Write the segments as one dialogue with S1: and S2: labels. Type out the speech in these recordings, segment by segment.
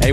S1: Hey,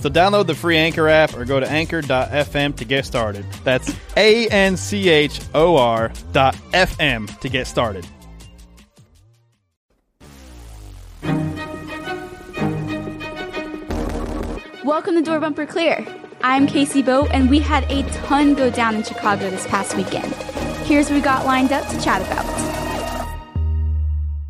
S2: So download the free Anchor app or go to anchor.fm to get started. That's A N C H O R dot FM to get started.
S3: Welcome to Door Bumper Clear. I'm Casey Boat, and we had a ton go down in Chicago this past weekend. Here's what we got lined up to chat about.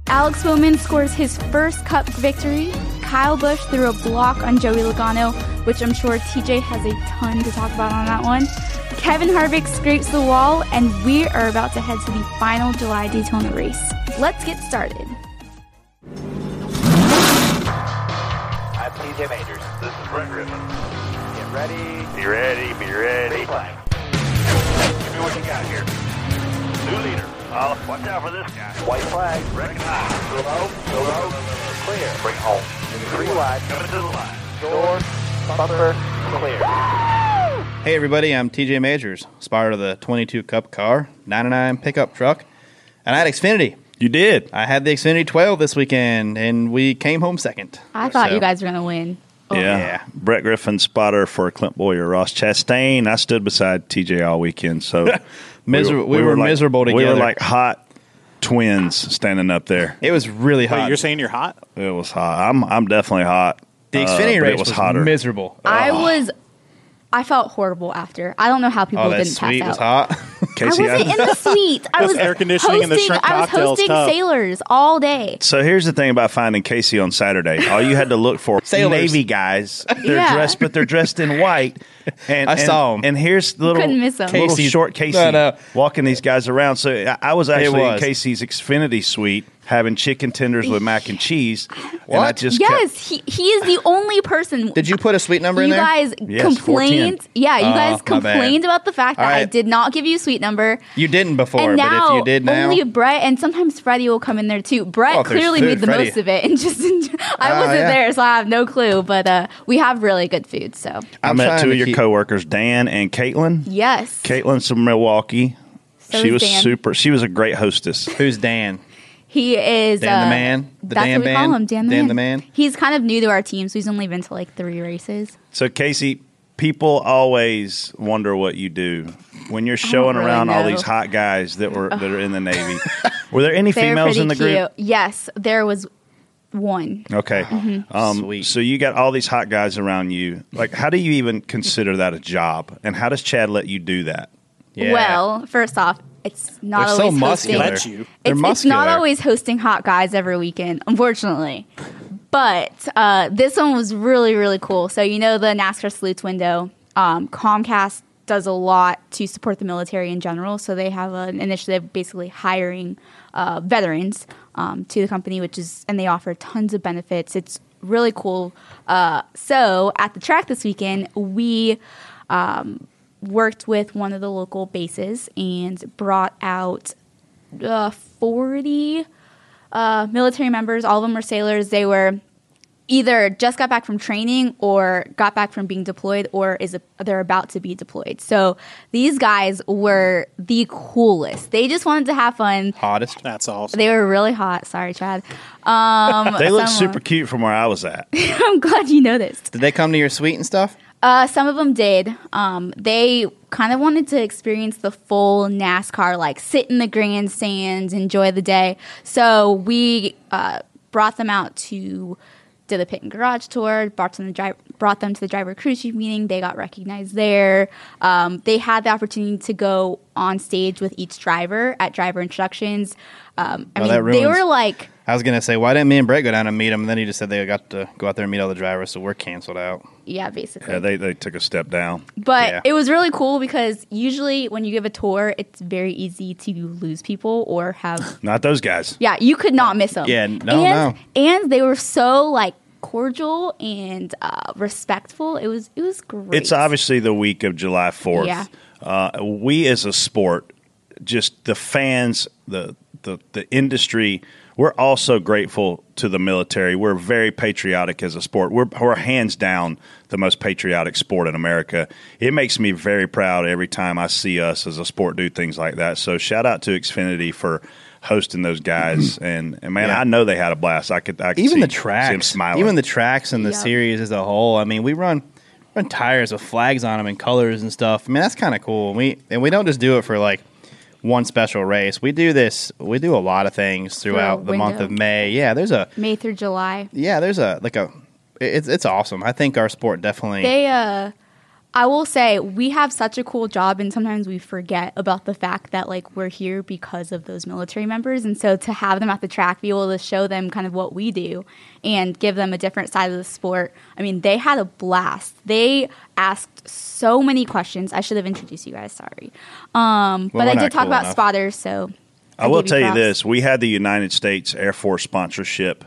S3: Alex Bowman scores his first cup victory. Kyle Busch threw a block on Joey Logano, which I'm sure TJ has a ton to talk about on that one. Kevin Harvick scrapes the wall, and we are about to head to the final July Daytona race. Let's get started.
S4: I'm TJ Majors.
S5: This is Brett Griffin.
S4: Get ready.
S5: Be ready, be ready.
S4: Big flag.
S5: Give me what you got here. New leader. Oh, watch out for this guy.
S4: White flag.
S5: Recognize.
S4: Go low. Go low. Clear. Bring home. Three wide.
S5: Coming to the line.
S4: Door. Bumper. Clear.
S2: Hey everybody, I'm TJ Majors, spotter of the 22 Cup car, 99 pickup truck, and I had Xfinity.
S6: You did.
S2: I had the Xfinity 12 this weekend, and we came home second.
S3: I thought
S2: So-
S3: you guys were going to win. Oh,
S2: yeah.
S7: Brett Griffin spotter for Clint Boyer, Ross Chastain. I stood beside TJ all weekend, so
S2: Miser- we were
S7: like-
S2: miserable
S7: We were
S2: together.
S7: like hot twins standing up there.
S2: It was really hot.
S6: Wait, you're saying you're hot?
S7: It was hot. I'm I'm definitely hot.
S2: the
S7: Uh,
S2: Xfinity
S7: but
S2: race
S7: it was
S2: was
S7: hotter.
S2: miserable. Uh,
S3: I was, I felt horrible after. I don't know how people
S2: oh, that
S3: didn't
S2: sweet was
S3: pass
S2: hot.
S3: out. I
S7: Casey, I-
S3: wasn't in the suite. I was
S6: air conditioning
S3: hosting,
S6: and the shrimp
S3: I was
S6: cocktail's
S3: hosting
S6: tough.
S3: sailors all day.
S7: So here's the thing about finding Casey on Saturday. All you had to look for
S2: Sailors.
S7: Navy guys. They're
S3: Yeah.
S7: dressed, but they're dressed in white. And
S2: I
S7: and-
S2: saw 'em.
S7: And here's the little
S3: Couldn't miss 'em.
S7: little
S2: Casey.
S7: short Casey
S2: No, no.
S7: walking these guys around. So I, I was actually
S2: was.
S7: in Casey's Xfinity suite having chicken tenders with mac and cheese. And I
S2: What?
S7: just kept-
S3: Yes, he, he is the only person.
S2: Did you put a sweet number in
S3: you
S2: there?
S3: guys
S7: Yes,
S3: complained.
S7: 410.
S3: Yeah, you
S2: Oh,
S3: guys
S2: my bad.
S3: complained about the fact that
S2: All
S3: I
S2: right.
S3: did not give you a sweet number.
S2: you didn't before,
S3: and now
S2: but if you did now,
S3: only Brett and sometimes Freddie will come in there too. Brett
S2: Oh, if there's
S3: clearly
S2: food,
S3: made the
S2: Freddie-
S3: most of it and just enjoy- I
S2: Ah,
S3: wasn't
S2: yeah.
S3: there, so I have no clue. But uh, we have really good food, so
S7: I
S2: I'm
S7: met
S2: trying
S7: two
S2: to
S7: of your
S2: keep-
S7: coworkers, Dan and Caitlin.
S3: yes,
S7: Caitlin's from Milwaukee.
S3: So
S7: she
S3: is
S7: was
S3: Dan.
S7: super. She was a great hostess.
S2: who's Dan?
S3: he is
S2: Dan the
S3: uh,
S2: Man? The
S3: that's
S2: Dan
S3: what we
S2: Man?
S3: call him, Dan the
S2: Dan
S3: man.
S2: the Man?
S3: He's kind of new to our team, so he's only been to like three races.
S7: So Casey, people always wonder what you do when you're showing
S3: really
S7: around all
S3: know.
S7: these hot guys that were that are in the Navy. Were there any
S3: They're
S7: females
S3: pretty
S7: in the
S3: cute.
S7: group?
S3: Yes, there was one.
S7: Okay,
S3: Mm-hmm.
S7: um,
S2: Sweet.
S7: So you got all these hot guys around you. Like, how do you even consider that a job? And how does Chad let you do not
S2: Yeah.
S3: Well, first off, it's not
S2: They're so
S3: always hosting.
S2: muscular.
S6: Let you.
S2: They're
S3: it's, it's
S2: muscular.
S3: not always hosting hot guys every weekend, unfortunately. But uh, this one was really, really cool. So you know the NASCAR salutes window. Um, Comcast does a lot to support the military in general. So they have an initiative basically hiring uh, veterans um, to the company, which is and they offer tons of benefits. It's really cool. Uh, so at the track this weekend, we worked with one of the local bases and brought out uh, 40 uh, military members. All of them were sailors. They were either just got back from training or got back from being deployed or is they're about to be deployed. So these guys were the coolest. They just wanted to have fun.
S2: Hottest.
S6: That's awesome.
S3: They were really hot. Sorry, Chad.
S7: do? They look
S3: Someone-
S7: super cute from where I was at.
S3: I'm glad you noticed.
S2: Did they come to your suite and stuff?
S3: Uh, some of them did. Um, they kind of wanted to experience the full NASCAR, like sit in the grandstands, enjoy the day. So we uh, brought them out to did the pit and garage tour. Brought them to the dri- brought them to the driver crew chief meeting. They got recognized there. Um, they had the opportunity to go on stage with each driver at driver introductions. Um, I
S2: Oh, that
S3: mean, they
S2: ruins-
S3: were like,
S2: I was gonna say, why didn't me and Brett go down and meet him? And then he just said they got to go out there and meet all the drivers, so we're canceled out.
S3: yeah, basically.
S7: Yeah, they, they took a step down.
S3: But
S2: Yeah.
S3: it was really cool because usually when you give a tour, it's very easy to lose people or have.
S7: Not those guys.
S3: yeah, you could not miss them.
S2: Yeah, no,
S3: and, And they were so like cordial and uh, respectful. It was it was great.
S7: It's obviously the week of July 4th.
S3: Yeah.
S7: Uh, we as a sport, just the fans, the, the, the industry, we're also grateful to the military. We're very patriotic as a sport. We're, we're hands down the most patriotic sport in America. It makes me very proud every time I see us as a sport do things like that. So shout out to Xfinity for hosting those guys. and, and man,
S2: Yeah.
S7: I know they had a blast. I could, I could
S2: even
S7: see,
S2: the
S7: see 'em
S2: tracks,
S7: smiling.
S2: even the tracks and the
S3: Yeah.
S2: series as a whole. I mean, we run run tires with flags on them and colors and stuff. I mean, that's kind of cool. And we and we don't just do it for like one special race. We do this. We do a lot of things throughout the month
S3: window.
S2: of May. Yeah, there's a
S3: May through July.
S2: yeah, there's a like a it's it's awesome. I think our sport definitely.
S3: They uh I will say we have such a cool job and sometimes we forget about the fact that like we're here because of those military members and so to have them at the track be able to show them kind of what we do and give them a different side of the sport. I mean, they had a blast. They asked so many questions. I should have introduced you guys, sorry.
S2: Well,
S3: Um but
S2: we're
S3: I
S2: not
S3: did talk
S2: cool
S3: about
S2: enough.
S3: spotters, so
S7: I will
S3: give
S7: tell you
S3: props.
S7: this: we had the United States Air Force sponsorship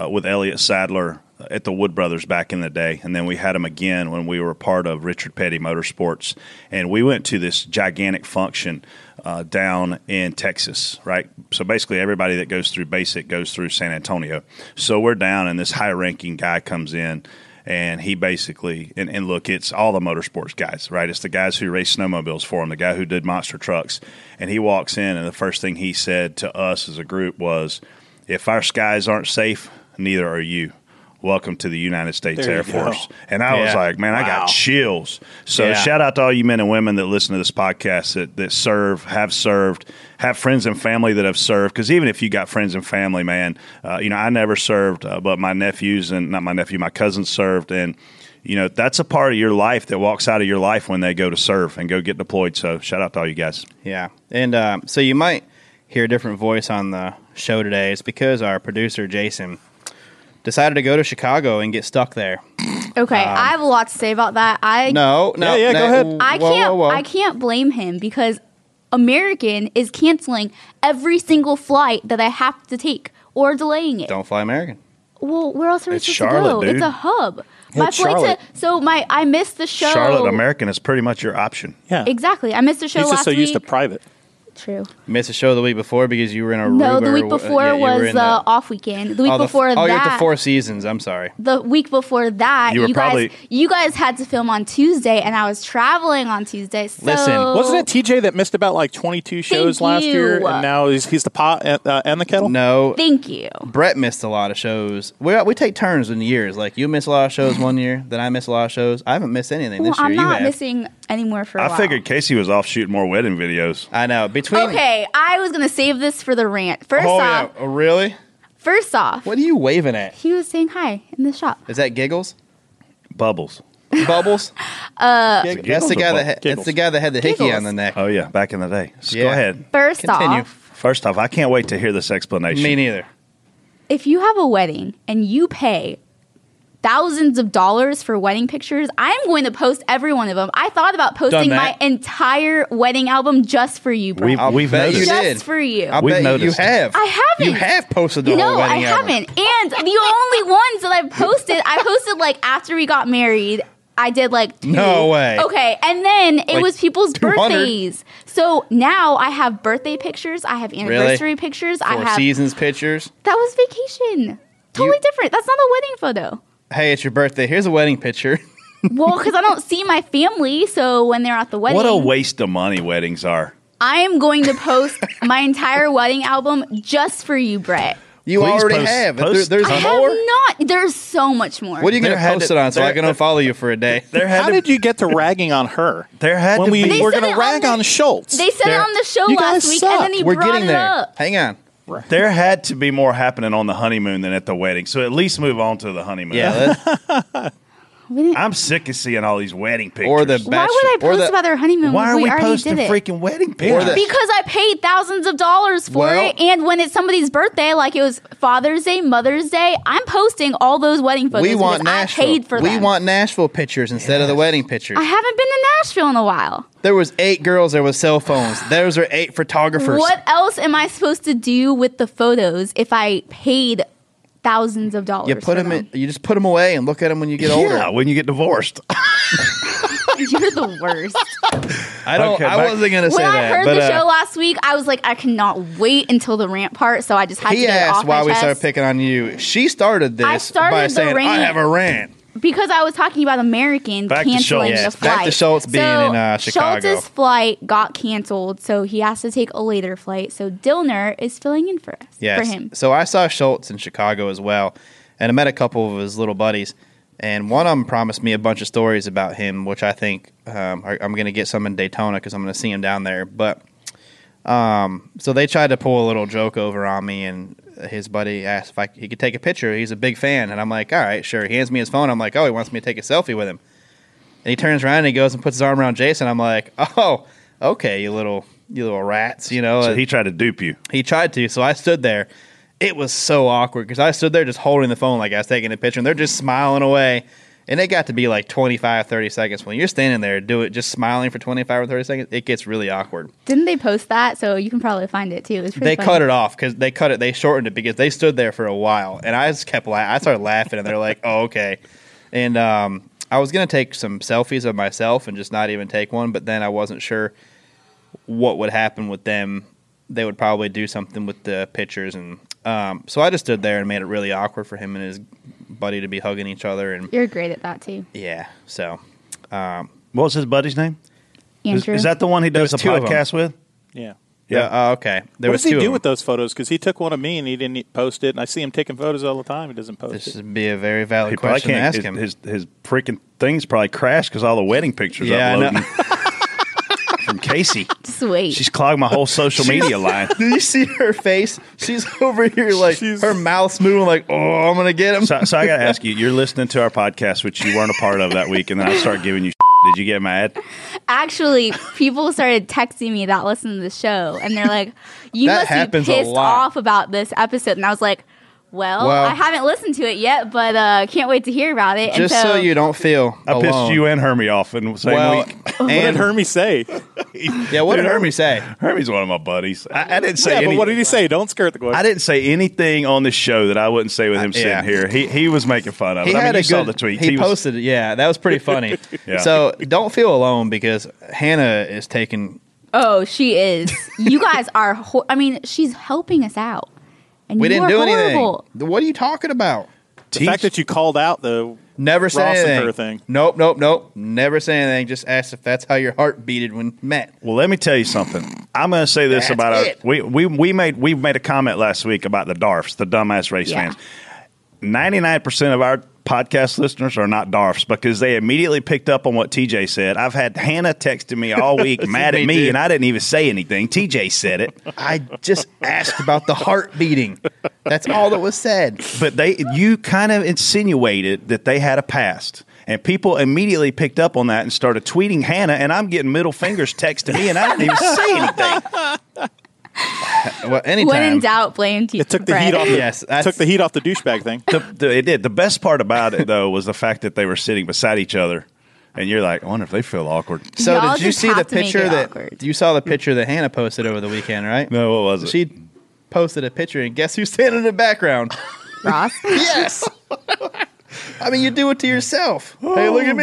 S7: uh, with Elliot Sadler at the Wood Brothers back in the day, and then we had him again when we were part of Richard Petty Motorsports, and we went to this gigantic function uh, down in Texas, right? So basically, everybody that goes through basic goes through San Antonio. So we're down, and this high-ranking guy comes in and he basically and, and look it's all the motorsports guys right it's the guys who race snowmobiles for him the guy who did monster trucks and he walks in and the first thing he said to us as a group was if our skies aren't safe neither are you welcome to the united states
S2: There
S7: air
S2: you go.
S7: force and i was
S2: Yeah.
S7: like man i
S1: Wow.
S7: got chills so
S2: Yeah.
S7: shout out to all you men and women that listen to this podcast that, that serve have served have friends and family that have served because even if you got friends and family man uh, you know i never served uh, but my nephews and not my nephew my cousin served and you know that's a part of your life that walks out of your life when they go to serve and go get deployed so shout out to all you guys
S2: Yeah, and um, so you might hear a different voice on the show today. It's because our producer Jason decided to go to Chicago and get stuck there.
S3: Okay, I have a lot to say about that. I
S2: um, No, no,
S1: Yeah, yeah,
S2: no,
S1: go ahead.
S2: whoa,
S3: I
S2: whoa,
S3: can't
S2: whoa.
S3: I can't blame him because American is canceling every single flight that I have to take or delaying it.
S2: Don't fly American.
S3: Well, where else are we
S7: It's
S3: supposed
S7: Charlotte,
S3: to go?
S7: dude.
S3: It's a hub.
S1: Yeah,
S3: my
S1: it's
S3: flight
S1: Charlotte.
S3: to so my I missed the show.
S7: charlotte american is pretty much your option
S1: Yeah.
S3: Exactly, I missed the show
S1: He's
S3: last
S1: just so used to
S3: week.
S1: private.
S3: True.
S2: Missed a show the week before because you were in a
S3: No, the
S2: uh,
S3: week before was uh, the, off weekend. The week before
S2: oh,
S3: that,
S2: you're at the Four Seasons. I'm sorry.
S3: the week before that,
S7: You were
S3: you, guys
S7: probably-
S3: you guys had to film on Tuesday, and I was traveling on Tuesday. So
S2: Listen,
S1: Wasn't it TJ that missed about like 22 shows last
S3: you.
S1: year, and now he's, he's the pot and, uh, and the kettle?
S2: No,
S3: Thank you.
S2: Brett missed a lot of shows. We we take turns in years. Like you miss a lot of shows one year, then I miss a lot of shows. I haven't missed anything
S3: Well,
S2: this year.
S3: I'm
S2: you
S3: not
S2: have.
S3: missing any more for a
S7: i
S3: while.
S7: figured casey was off shooting more wedding videos
S2: I know. Between
S3: Okay, I was gonna save this for the rant. First
S2: Oh, yeah.
S3: off,
S2: Oh, really?
S3: first off,
S2: What are you waving at?
S3: he was saying hi in the shop.
S2: Is that giggles?
S7: bubbles
S2: Bubbles? Uh, that's
S7: Giggles
S2: the
S7: or
S2: guy
S7: bubbles?
S2: that ha- that's the
S1: Giggles.
S2: guy that had the hickey
S3: Giggles.
S2: on the neck.
S7: oh yeah back in the day so go
S2: Yeah.
S7: ahead
S3: First
S2: Continue.
S3: off,
S7: first off i can't wait to hear this explanation
S2: Me neither.
S3: if you have a wedding and you pay thousands of dollars for wedding pictures, I am going to post every one of them. I thought about posting my
S2: that.
S3: entire wedding album just for you, Brett.
S7: We've-
S2: I'll
S7: we've
S2: bet you
S7: noticed.
S3: just
S2: did.
S3: for you.
S2: I'll
S7: We've
S2: bet you-
S7: noticed.
S2: you have.
S3: I haven't.
S2: You have posted the whole
S3: no, I
S2: wedding album.
S3: haven't. And the only ones that I've posted, I posted like after we got married. I did like two.
S2: No way.
S3: Okay, and then it
S2: Like
S3: was people's
S2: 200?
S3: birthdays. So now I have birthday pictures. I have anniversary pictures. I
S2: Four
S3: have
S2: seasons pictures.
S3: that was vacation. Totally
S2: You-
S3: different. That's not a wedding photo.
S2: Hey, it's your birthday. Here's a wedding picture.
S3: Well, because I don't see my family, so when they're at the wedding,
S7: what a waste of money weddings are
S3: I am going to post my entire wedding album just for you, Brett.
S2: You
S7: Please
S2: already
S7: post-
S2: have.
S7: post-
S2: There-
S3: I
S2: there's
S3: have
S2: more.
S3: not. There's so much more.
S2: What are you going
S7: There
S2: to
S7: had
S2: post
S7: to-
S2: it on so
S7: there-
S2: I can unfollow you for a day?
S7: there had
S1: How
S7: to,
S1: did you get to ragging on her?
S7: There had
S1: when
S7: to
S1: we
S7: be- They
S1: were
S3: said
S1: going
S3: it
S1: to rag
S3: on
S1: on,
S3: the-
S1: Schultz.
S3: They said
S1: There-
S3: it on the show
S1: you
S3: last
S1: guys
S3: week,
S1: suck.
S3: and then he
S2: We're
S3: brought
S2: getting
S3: it
S2: there.
S3: up.
S2: Hang on.
S7: There had to be more happening on the honeymoon than at the wedding. So at least move on to the honeymoon.
S2: Yeah. let's-
S3: We didn't-
S7: I'm sick of seeing all these wedding pictures.
S2: Or the
S3: Why would I
S2: Bachelor- or
S3: post
S2: the-
S3: about our honeymoon
S7: Why
S3: when
S7: are
S3: we,
S7: we,
S3: already
S7: posting
S3: did it?
S7: freaking weddking pictures?
S2: the-
S3: because I paid thousands of dollars for
S2: Well-
S3: it, and when it's somebody's birthday, like it was Father's Day, Mother's Day, I'm posting all those wedding photos
S2: we want
S3: because
S2: Nashville.
S3: I paid for
S2: we
S3: them.
S2: want Nashville pictures instead of the wedding pictures.
S3: I haven't been to Nashville in a while.
S2: there was eight girls. There was cell phones. Those are eight photographers.
S3: What else am I supposed to do with the photos if I paid thousands of dollars?
S2: You put
S3: for
S2: them in. You just put them away and look at them when you get
S7: yeah,
S2: older.
S7: when you get divorced.
S3: You're the worst.
S2: I don't.
S7: Okay,
S2: I
S7: back-
S2: wasn't gonna say
S3: when I
S2: that.
S3: heard
S2: but,
S3: the
S2: uh,
S3: show last week, I was like, I cannot wait until the rant part, so I just had to
S2: he
S3: get it
S2: asked
S3: off
S2: why
S3: my
S2: we
S3: chest.
S2: started picking on you. She started this
S3: started
S2: by
S3: the
S2: saying, "I
S3: rant.
S2: have a rant."
S3: because I was talking about American
S7: Back to
S3: canceling
S7: Schultz.
S3: the
S7: Yes,
S3: flight.
S2: back to Schultz being in, uh, Chicago.
S3: Schultz's flight got canceled, so he has to take a later flight. So Dillner is filling in for us.
S2: Yes.
S3: for him.
S2: So I saw Schultz in Chicago as well, and I met a couple of his little buddies, and one of them promised me a bunch of stories about him, which I think um, are, I'm going to get some in Daytona because I'm going to see him down there. But um, so they tried to pull a little joke over on me, and his buddy asked if I, he could take a picture. He's a big fan, and I'm like, all right, sure. He hands me his phone. I'm like, oh, he wants me to take a selfie with him. And he turns around and he goes and puts his arm around Jason. I'm like, oh, okay, you little you little rats, you know.
S7: So he tried to dupe you.
S2: He tried to, so I stood there. It was so awkward because I stood there just holding the phone like I was taking a picture, and they're just smiling away. And it got to be like 25, 30 seconds. When you're standing there, do it just smiling for 25 or 30 seconds, it gets really awkward.
S3: Didn't they post that? So you can probably find it too. It was pretty
S2: They
S3: funny.
S2: cut it off because they cut it, they shortened it because they stood there for a while. And I just kept laughing. I started laughing, and they're like, oh, okay. And um, I was going to take some selfies of myself and just not even take one, but then I wasn't sure what would happen with them. They would probably do something with the pictures, and um, so I just stood there and made it really awkward for him and his buddy to be hugging each other, and
S3: You're great at that too,
S2: yeah, so
S7: What was his buddy's name? Is,
S3: Andrew.
S7: is that the one he does the
S2: There's two of 'em.
S7: podcast with?
S6: Yeah.
S7: Yeah.
S2: Uh, okay. There
S6: what
S2: was
S6: does he
S2: two
S6: do
S2: of
S6: with
S2: them.
S6: those photos? Because he took one of me and he didn't post it, and I see him taking photos all the time. He doesn't post
S2: This
S6: it.
S2: would be a very valid
S7: He probably
S2: question to
S7: can't.
S2: ask
S7: his,
S2: him.
S7: his his freaking things probably crashed because all the wedding pictures
S2: Yeah, I know.
S7: uploading from Casey.
S3: Sweet.
S7: She's clogged my whole social media line.
S2: do you see her face? She's over here like
S6: She's-
S2: her mouth's moving, like oh, I'm gonna get him.
S7: So, so I got to ask you: You're listening to our podcast, which you weren't a part of that week, and then I start giving you. Did you get mad?
S3: Actually, people started texting me that listen to the show, and they're like, "You
S2: That
S3: must be
S2: happens a
S3: pissed
S2: lot.
S3: off about this episode." And I was like, "Well,
S2: Well-
S3: I haven't listened to it yet, but uh, can't wait to hear about it."
S2: Just
S3: and
S2: so, you don't feel
S7: I
S2: alone.
S7: pissed you and Hermie off in the same
S2: well,
S7: week.
S6: What did
S2: and
S6: Hermie say?
S2: yeah, what
S7: Dude,
S2: did Hermie say?
S7: Hermie's one of my buddies. I, I didn't say
S6: yeah,
S7: anything.
S6: but what did he say? Don't skirt the
S7: I
S6: question.
S7: didn't say anything on this show that I wouldn't say with him
S2: Uh, yeah.
S7: sitting here. He he was making fun of it.
S2: he
S7: I mean,
S2: had
S7: you
S2: a good,
S7: saw the tweet.
S2: He,
S7: was-
S2: posted it. Yeah, that was pretty funny.
S7: Yeah.
S2: So don't feel alone because Hannah is taking.
S3: Oh, she is. You guys are. Ho- I mean, she's helping us out, and
S2: We
S3: you
S2: didn't
S3: are
S2: do
S3: horrible.
S2: anything. What are you talking about?
S6: The fact that you called out the
S2: Never say
S6: Ross and
S2: anything.
S6: her thing.
S2: Nope, nope, nope. Never say anything. Just ask if that's how your heart beated when met.
S7: Well, let me tell you something. I'm going to say this
S2: That's
S7: about our,
S2: it.
S7: we, we we made we made a comment last week about the DARFs, the dumbass race
S3: Yeah.
S7: fans. Ninety nine percent of our podcast listeners are not DARFs because they immediately picked up on what TJ said. I've had Hannah texting me all week, mad
S2: Me
S7: at me,
S2: too.
S7: and I didn't even say anything. TJ said it,
S2: I just asked about the heart beating. That's all that was said.
S7: but they you kind of insinuated that they had a past. And people immediately picked up on that and started tweeting Hannah, and I'm getting middle fingers text to me, and I didn't even say anything.
S2: Well, anytime.
S3: When in doubt, blame you.
S6: It took the heat off. The,
S2: Yes, that's-
S6: took the heat off the douchebag thing.
S7: the, the, it did. The best part about it though was the fact that they were sitting beside each other, and you're like, I wonder if they feel awkward.
S2: So
S3: Y'all
S2: did you
S3: just
S2: see the
S3: have to make
S2: picture
S3: it
S2: that
S3: awkward.
S2: you saw the picture that Hannah posted over the weekend, right?
S7: No, what was it?
S2: She posted a picture, and guess who's standing in the background?
S3: Ross.
S2: Yes. I mean, you do it to yourself. Hey, look at me.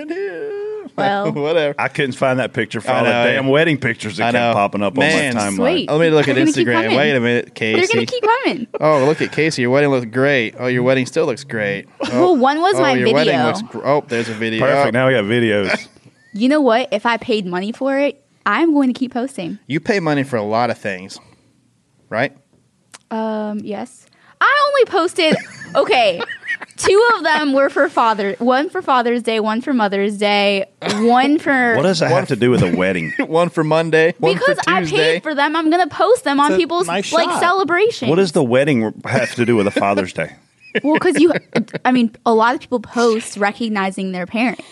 S2: And here.
S3: Oh. Well.
S2: whatever.
S7: I couldn't find that picture for
S2: I
S7: all the
S2: know.
S7: damn wedding pictures that
S2: I
S7: kept
S2: know.
S7: popping up
S2: Man.
S7: on my timeline.
S3: Sweet.
S2: Let me look at
S3: They're gonna keep
S2: Instagram.
S3: coming.
S2: Wait a minute,
S3: They're gonna
S2: Casey.
S3: keep coming.
S2: oh, look at Casey. Your wedding looks great. Oh, your wedding still looks great. Oh,
S3: Well, one was
S2: oh,
S3: my
S2: your
S3: video.
S2: wedding looks. Gr- oh, there's a video.
S7: Perfect. Now we got videos.
S3: you know what? If I paid money for it, I'm going to keep posting.
S2: You pay money for a lot of things, right?
S3: Um, yes. I only posted okay. Two of them were for father one for Father's Day, one for Mother's Day, one for
S7: what does that have to do with a wedding?
S2: One for Monday. One
S3: because
S2: for
S3: I
S2: Tuesday.
S3: paid for them, I'm gonna post them on
S6: a
S3: people's
S6: nice
S3: like
S6: shot.
S3: celebrations.
S7: what does the wedding have to do with a Father's Day?
S3: Well, because you, I mean, a lot of people post recognizing their parents.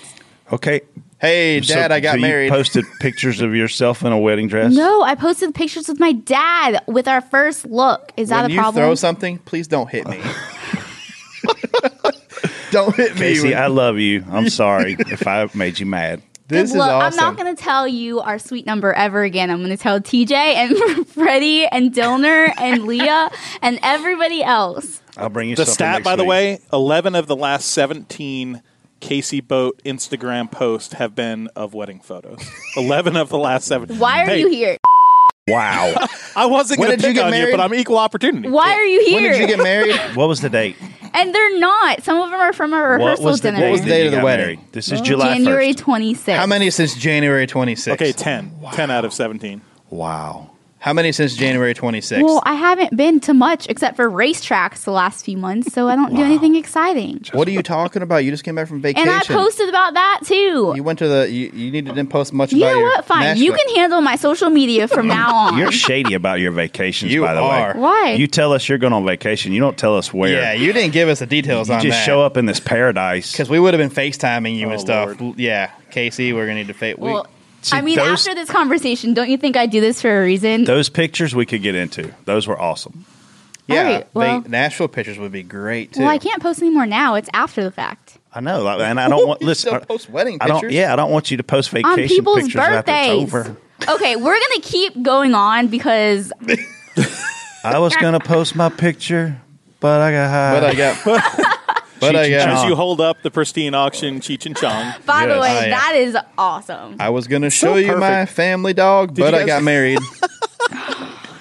S7: Okay.
S2: Hey,
S7: So-
S2: Dad, I got
S7: so
S2: married.
S7: You posted pictures of yourself in a wedding dress.
S3: No, I posted pictures with my dad with our first look. Is that
S2: when
S3: a
S2: you
S3: problem?
S2: throw something, please don't hit me. don't hit me.
S7: Casey,
S2: with-
S7: I love you. I'm sorry if I made you mad.
S2: this
S3: Good
S2: is
S3: luck.
S2: awesome.
S3: I'm not going to tell you our sweet number ever again. I'm going to tell TJ and Freddie and Dilner and Leah and everybody else.
S7: I'll bring you
S6: The
S7: something
S6: stat,
S7: next
S6: by the
S7: week.
S6: way, 11 of the last 17 Casey Boat Instagram posts have been of wedding photos. 11 of the last 17.
S3: Why are
S6: Hey,
S3: you here?
S7: Wow.
S6: I wasn't
S2: When
S6: going to
S2: did you
S6: pick
S2: get
S6: on you,
S2: married?
S6: but I'm equal opportunity.
S3: Why are you
S2: when
S3: here?
S2: did you get married?
S7: what was the date?
S3: and they're not. Some of them are from our
S7: What
S3: rehearsal
S7: was the
S3: dinner. Mm,
S7: date?
S2: was
S7: that
S2: the date
S7: you
S2: of the
S7: got
S2: wedding?
S7: married? This is July
S3: January
S7: 1st.
S3: 26th.
S2: How many since January 26th?
S6: Okay, 10. 10 out of 17.
S7: Wow.
S2: How many since January 26th?
S3: Well, I haven't been to much except for racetracks the last few months, so I don't do anything exciting.
S2: what are you talking about? You just came back from vacation.
S3: And I posted about that too.
S2: You
S3: You,
S2: went to the. You, you need to didn't post much. about
S3: know
S2: your
S3: what? Fine. You
S2: Nashville-
S3: can handle my social media from now on.
S7: You're shady about your vacations,
S2: You
S7: by the
S2: are.
S7: way.
S3: Why?
S7: You tell us you're going on vacation. You don't tell us where.
S2: Yeah, you didn't give us the details
S7: You
S2: on
S7: just
S2: that.
S7: show up in this paradise.
S2: because we would have been FaceTiming you
S6: Oh,
S2: and stuff. Yeah, Casey, we're gonna need to face. we
S3: well,
S7: See,
S3: I mean,
S7: those-
S3: after this conversation, don't you think I do this for a reason?
S7: Those pictures we could get into. Those were awesome.
S2: yeah,
S3: All right,
S2: they-
S3: well-
S2: Nashville pictures would be great too.
S3: well, I can't post anymore now. It's after the fact.
S7: I know, like, and I don't want
S2: You
S7: listen.
S2: still
S7: I-
S2: post wedding
S7: I don't.
S2: pictures?
S7: Yeah, I don't want you to post vacation
S3: on people's
S7: pictures after
S3: birthdays.
S7: it's over.
S3: okay, we're gonna keep going on because
S7: I was gonna post my picture, but I got high.
S2: But I got. but I
S7: Cheech and
S6: As
S2: got.
S6: you hold up the pristine auction, Cheech and Chong.
S3: by the
S7: Yes.
S3: way,
S2: Oh, yeah.
S3: that is awesome.
S2: I was gonna show
S6: So
S2: you my
S6: perfect.
S2: family dog, but I
S6: you guys-
S2: got married.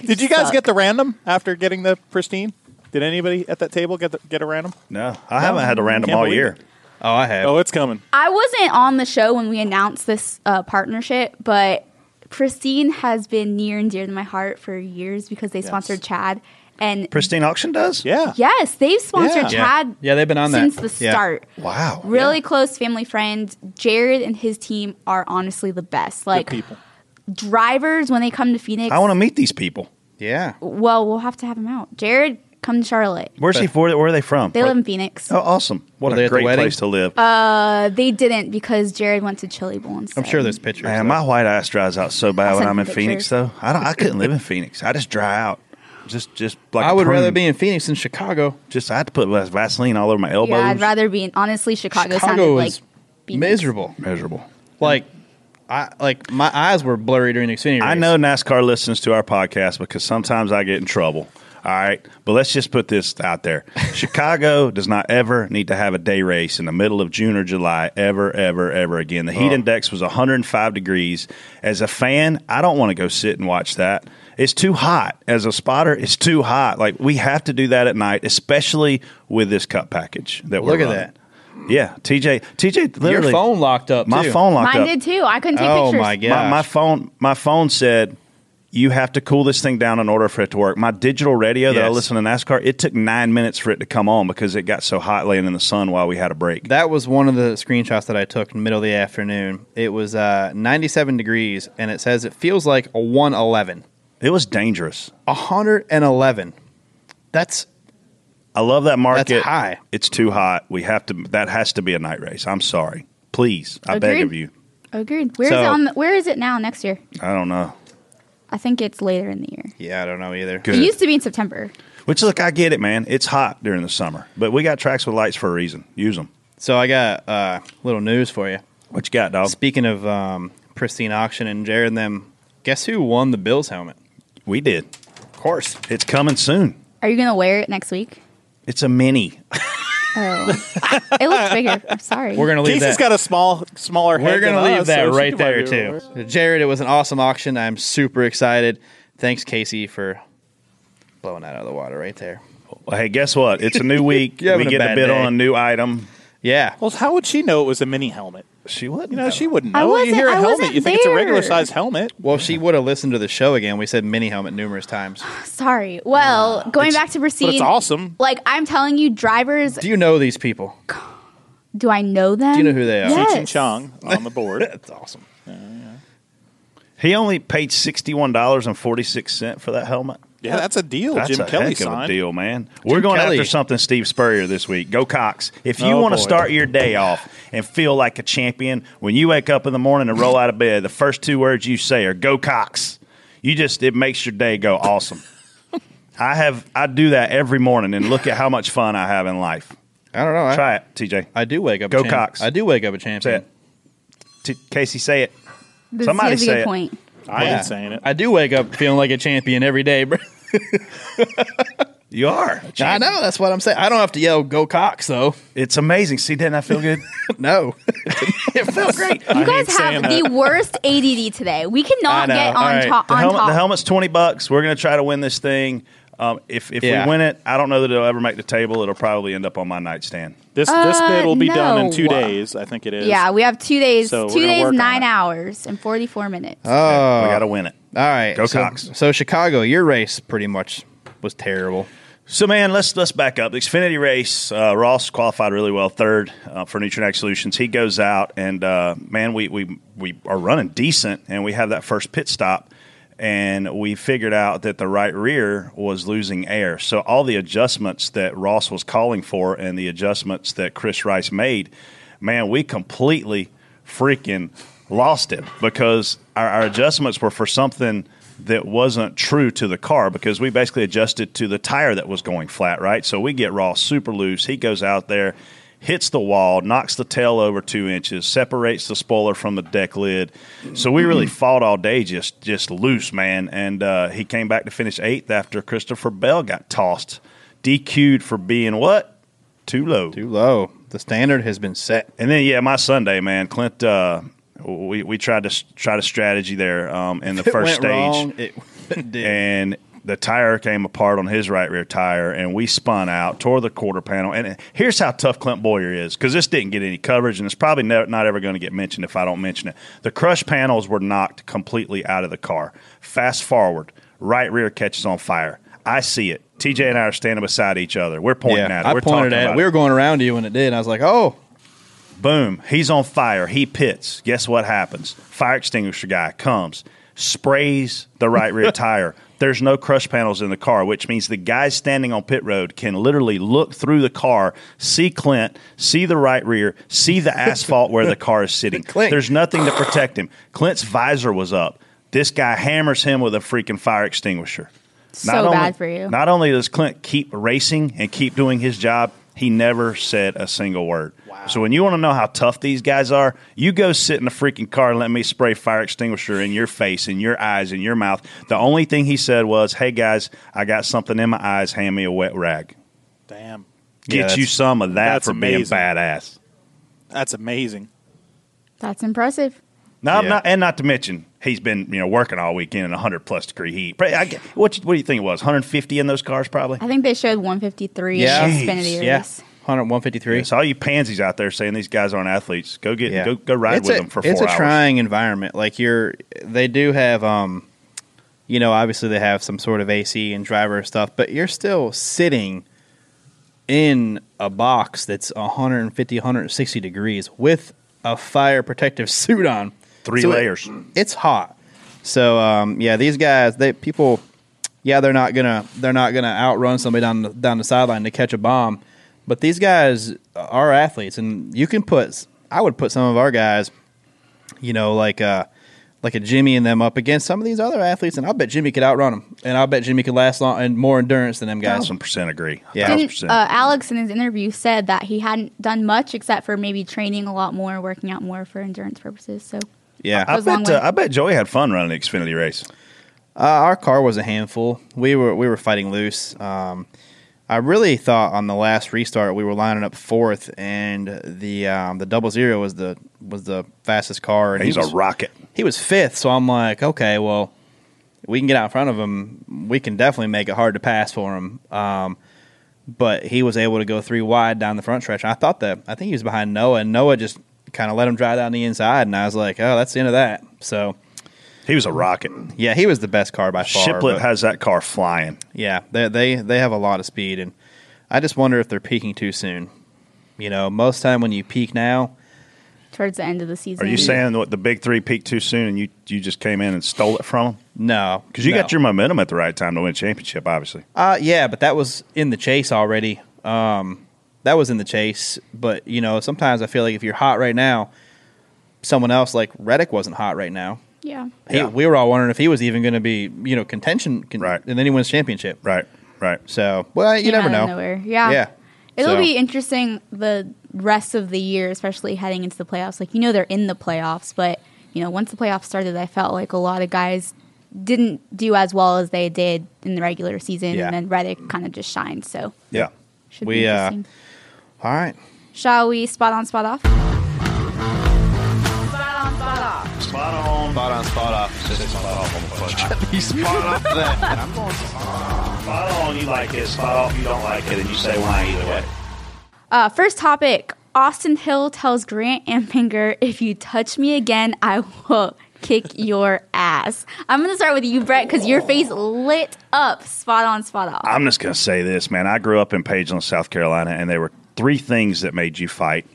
S6: Did you guys
S3: suck.
S6: get the random after getting the pristine? Did anybody at that table get the, get a random?
S7: no, I haven't had a random
S6: Can't
S7: all
S6: believe
S7: year.
S6: it.
S2: oh, I have.
S6: Oh, it's coming.
S3: I wasn't on the show when we announced this uh, partnership, but Pristine has been near and dear to my heart for years because they sponsored Chad. And
S7: Pristine Auction does.
S6: Yeah.
S3: yes, they've sponsored
S6: Yeah.
S3: Chad
S2: Yeah, they've been on that.
S3: since the
S2: Yeah.
S3: start.
S7: Wow.
S3: Really close family friend. Jared and his team are honestly the best.
S6: Good
S3: Like
S6: people.
S3: drivers when they come to Phoenix.
S7: I want to meet these people.
S2: yeah.
S3: well, we'll have to have him out. Jared, come to Charlotte.
S7: Where's he? Where, where are they from?
S3: They
S7: What-
S3: live in Phoenix.
S7: Oh, awesome! What
S2: Were they
S7: a
S2: at the
S7: great
S2: wedding?
S7: place to live.
S3: Uh, they didn't because Jared went to Chili Bowl instead.
S2: I'm sure there's pictures.
S7: Man,
S2: though.
S7: my white ass dries out so bad
S3: I'll
S7: when
S3: send
S7: I'm in
S3: some
S7: Phoenix.
S3: pictures.
S7: Though I don't, I couldn't live in Phoenix. I just dry out. Just, just like
S2: I
S7: a
S2: would rather
S7: prune.
S2: be in Phoenix than Chicago.
S7: Just I had to put vas- Vaseline all over my elbows.
S3: Yeah, I'd rather be in. Honestly, Chicago, sounded
S2: Chicago
S3: like
S2: is
S3: Phoenix.
S2: miserable.
S7: miserable.
S2: Like, I like my eyes were blurry during the Xfinity.
S7: I
S2: race.
S7: know NASCAR listens to our podcast because sometimes I get in trouble. All right, but let's just put this out there: Chicago does not ever need to have a day race in the middle of June or July ever, ever, ever again. The heat
S2: Oh.
S7: index was 105 degrees. As a fan, I don't want to go sit and watch that. It's too hot. As a spotter, it's too hot. Like we have to do that at night, especially with this cup package that we're
S2: Look at
S7: running.
S2: that.
S7: Yeah, TJ, TJ,
S2: Your
S7: literally
S2: phone locked up.
S7: My
S2: too.
S7: phone locked
S3: Mine
S7: up.
S3: did too. I couldn't take
S2: Oh
S3: pictures.
S2: my god.
S7: My, my phone, my phone said, you have to cool this thing down in order for it to work. My digital radio that I
S2: Yes.
S7: listen to NASCAR, it took nine minutes for it to come on because it got so hot laying in the sun while we had a break.
S2: That was one of the screenshots that I took in the middle of the afternoon. It was uh, 97 degrees, and it says it feels like a 111.
S7: It was dangerous.
S2: 111. That's
S7: I love that market.
S2: high.
S7: It's too hot. We have to. That has to be a night race. I'm sorry. Please, I beg
S3: Agreed.
S7: of you.
S3: Agreed. Where is
S2: So-
S3: it on? The, where is it now? Next year?
S7: I don't know.
S3: I think it's later in the year.
S2: yeah, I don't know either.
S7: Good.
S3: It used to be in September.
S7: Which look, I get it, man. It's hot during the summer, but we got tracks with lights for a reason. Use them.
S2: So I got uh, little news for you.
S7: What you got,
S6: Oh.
S7: dog?
S2: Speaking of um, pristine auction and Jared and them, guess who won the Bills helmet?
S7: We did.
S2: Of course,
S7: It's coming soon.
S3: Are you gonna wear it next week?
S7: It's a mini.
S3: Oh, it looks bigger. I'm sorry.
S2: we're gonna leave
S6: Casey's
S2: that.
S6: got a small, smaller head.
S2: We're gonna
S6: than
S2: leave
S6: us,
S2: that
S6: so she
S2: right
S6: could probably
S2: there
S6: do
S2: too.
S6: it.
S2: Jared, it was an awesome auction. I'm super excited. Thanks, Casey, for blowing that out of the water right there.
S7: Well, hey, guess what? It's a new week.
S2: You're
S7: we
S2: having a
S7: get a
S2: bad
S7: bid
S2: day.
S7: on a new item.
S2: Yeah.
S6: Well, how would she know it was a mini helmet?
S7: She wouldn't.
S6: You know, she wouldn't
S3: I
S6: know. you
S3: wasn't-
S6: hear a
S3: I
S6: helmet,
S3: wasn't
S6: you think it's a regular
S3: there.
S6: size helmet.
S2: Well, if she would have listened to the show again. We said mini helmet numerous times.
S3: sorry. Well, going back to
S6: But
S3: proceed.
S6: it's awesome.
S3: Like I'm telling you, drivers.
S2: Do you know these people?
S3: Do I know them?
S2: Do you know who they are?
S3: Yes.
S6: Cheech and Chong on the board.
S2: That's awesome.
S7: He only paid sixty one dollars and forty six cent for that helmet.
S6: Yeah, that's a deal.
S7: That's
S6: Jim
S7: a
S6: Kelly
S7: heck of
S6: signed.
S7: a deal, man. We're going
S2: Kelly.
S7: after something Steve Spurrier this week. Go Cox. If you
S6: Oh,
S7: want to
S6: boy.
S7: start your day off and feel like a champion, when you wake up in the morning and roll out of bed, the first two words you say are "Go Cox." You just it makes your day go awesome. I have I do that every morning, and look at how much fun I have in life.
S2: I don't know. I,
S7: Try it, TJ.
S2: I do wake up.
S7: Go
S2: a champ-
S7: Cox.
S2: I do wake up a
S7: Say
S2: champion.
S7: it, T- Casey. Say it.
S3: This
S7: Somebody
S3: is a
S7: say
S3: good
S7: it.
S3: point.
S6: I
S2: Yeah.
S6: ain't saying it.
S2: I do wake up feeling like a champion every day, bro.
S7: You are. a
S2: I
S7: champion.
S2: know. That's what I'm saying. I don't have to yell "Go Cox" though.
S7: It's amazing. See, didn't I feel good?
S2: no, it felt great.
S6: I
S3: You
S6: hate
S3: guys
S6: saying
S3: have
S6: that.
S3: the worst ADD today. We
S2: I
S3: cannot
S2: know.
S3: get
S2: All
S3: on,
S2: right.
S3: top.
S7: the
S3: on
S7: helmet,
S3: top.
S7: the helmet's twenty bucks. We're gonna try to win this thing. Um, if if
S2: Yeah.
S7: we win it, I don't know that it'll ever make the table. It'll probably end up on my nightstand.
S6: This this
S3: Uh,
S6: bid will be done in
S3: no.
S6: two days. I think it is.
S3: Yeah, we have two days,
S6: So we're
S3: two
S6: gonna work
S3: days,
S6: on
S3: nine
S6: it.
S3: hours, and 44 minutes.
S2: Oh,
S7: we gotta win it.
S2: all right.
S7: Go
S2: so,
S7: Cox.
S2: So Chicago, your race pretty much was terrible.
S7: So man, let's let's back up. The Xfinity race, uh, Ross qualified really well, third uh, for Nutrinex Solutions. He goes out and uh, man, we we we are running decent, and we have that first pit stop, and we figured out that the right rear was losing air. So all the adjustments that Ross was calling for, and the adjustments that Chris Rice made, man, we completely freaking lost it because our, our adjustments were for something that wasn't true to the car because we basically adjusted to the tire that was going flat, right? So we get Ross super loose. He goes out there, hits the wall, knocks the tail over two inches, separates the spoiler from the deck lid. So we really fought all day just just loose, man. And uh, he came back to finish eighth after Christopher Bell got tossed, DQ'd for being what? Too low.
S2: Too low. The standard has been set.
S7: And then yeah, my Sunday, man, Clint. Uh, we we tried to tried a strategy there um, in the
S2: It
S7: first
S2: went
S7: stage,
S2: wrong. It did.
S7: and the tire came apart on his right rear tire, and we spun out, tore the quarter panel. And here's how tough Clint Boyer is because this didn't get any coverage, and it's probably ne- not ever going to get mentioned if I don't mention it. The crush panels were knocked completely out of the car. Fast forward, right rear catches on fire. I see it. TJ and I are standing beside each other. We're pointing
S2: yeah,
S7: at it.
S2: I
S7: We're
S2: pointed
S7: talking
S2: at
S7: about
S2: it.
S7: it.
S2: We were going around you when it did. And I was like, "Oh,
S7: Boom. He's on fire. He pits. Guess what happens? Fire extinguisher guy comes, sprays the right rear tire. There's no crush panels in the car, which means the guy standing on pit road can literally look through the car, see Clint, see the right rear, see the asphalt where the car is sitting.
S2: Clint.
S7: There's nothing to protect him. Clint's visor was up. This guy hammers him with a freaking fire extinguisher.
S3: So bad for you.
S7: Not only does Clint keep racing and keep doing his job, he never said a single word. So when you want to know how tough these guys are, you go sit in the freaking car and let me spray fire extinguisher in your face, in your eyes, in your mouth. The only thing he said was, "Hey guys, I got something in my eyes. Hand me a wet rag.
S6: Damn.
S2: Yeah,
S7: Get
S2: that's-
S7: you some of that
S6: that's
S7: for
S6: amazing.
S7: being badass."
S6: That's amazing.
S3: That's impressive.
S7: No, I'm
S2: Yeah.
S7: not, and not to mention he's been you know working all weekend in 100 plus degree heat. Probably- I, what you- what do you think it was? 150 in those cars probably.
S3: I think they showed 153
S2: Yeah.
S3: in
S7: Jeez.
S3: the Xfinity
S2: yeah,
S3: race.
S2: 153."
S7: So all you pansies out there saying these guys aren't athletes, go get go go ride
S2: It's
S7: with
S2: a-
S7: them for four
S2: It's a
S7: hours.
S2: trying environment. Like you're, they do have, um, you know, obviously they have some sort of AC and driver stuff, but you're still sitting in a box that's 150, 160 degrees with a fire protective suit on.
S7: Three
S2: So it-
S7: layers.
S2: it's hot. So um, yeah, these guys, they people, yeah, they're not gonna they're not gonna outrun somebody down the, down the sideline to catch a bomb, but these guys are athletes, and you can put I would put some of our guys, you know, like uh like a Jimmy and them up against some of these other athletes, and I bet Jimmy could outrun them, and I bet Jimmy could last long and more endurance than them guys.
S7: Thousand percent agree.
S2: Yeah.
S7: Thousand
S3: Didn't,
S7: percent.
S3: uh, Alex in his interview said that he hadn't done much except for maybe training a lot more, working out more for endurance purposes. So
S2: Yeah,
S7: I
S3: was a long
S7: bet uh,
S3: way.
S7: I bet Joey had fun running the Xfinity race.
S2: Uh, our car was a handful. We were we were fighting loose. Um, I really thought on the last restart we were lining up fourth, and the um, the double zero was the was the fastest car. And
S7: He's
S2: he was,
S7: a rocket.
S2: He was fifth, so I'm like, okay, well, we can get out in front of him. We can definitely make it hard to pass for him. Um, but he was able to go three wide down the front stretch. And I thought that I think he was behind Noah, and Noah just kind of let him drive down the inside, and I was like, oh, that's the end of that. So
S7: He was a rocket.
S2: yeah, he was the best car by far.
S7: Shiplet
S2: but-
S7: has that car flying.
S2: yeah, they they they have a lot of speed, and I just wonder if they're peaking too soon. You know, most time when you peak now,
S3: towards the end of the season.
S7: Are you saying what the big three peaked too soon and you, you just came in and stole it from them?
S2: No,
S7: Because you
S2: no.
S7: got your momentum at the right time to win a championship, obviously.
S2: Uh, yeah, but that was in the chase already. Um, that was in the chase. But you know, sometimes I feel like if you're hot right now, someone else like Reddick wasn't hot right now.
S3: Yeah.
S2: He,
S7: Yeah.
S2: We were all wondering if he was even going to be, you know, contention, con-
S7: Right.
S2: and then he wins championship.
S7: Right, right.
S2: So, well, you
S3: Came
S2: never
S3: out of
S2: know.
S3: nowhere. Yeah.
S2: Yeah.
S3: It'll
S2: So-
S3: be interesting the rest of the year, especially heading into the playoffs. Like you know they're in the playoffs, but you know once the playoffs started, I felt like a lot of guys didn't do as well as they did in the regular season,
S2: Yeah.
S3: and then Reddick kind of just shined. So
S7: Yeah.
S3: should
S2: We,
S3: be
S2: uh,
S3: interesting.
S2: All right.
S3: Shall we spot on, spot off?
S5: Spot on. Spot on. Spot off. Just spot off on the punch. He's spot off that. I'm going spot on. You like it. Spot off. You don't like it, and you say why either way.
S3: Uh, first topic: Austin Hill tells Grant and Pinger, "If you touch me again, I will kick your ass." I'm gonna start with you, Brett, because your face lit up. Spot on, spot off.
S7: I'm just going to say this, man. I grew up in Pageland, South Carolina, and there were three things that made you fight.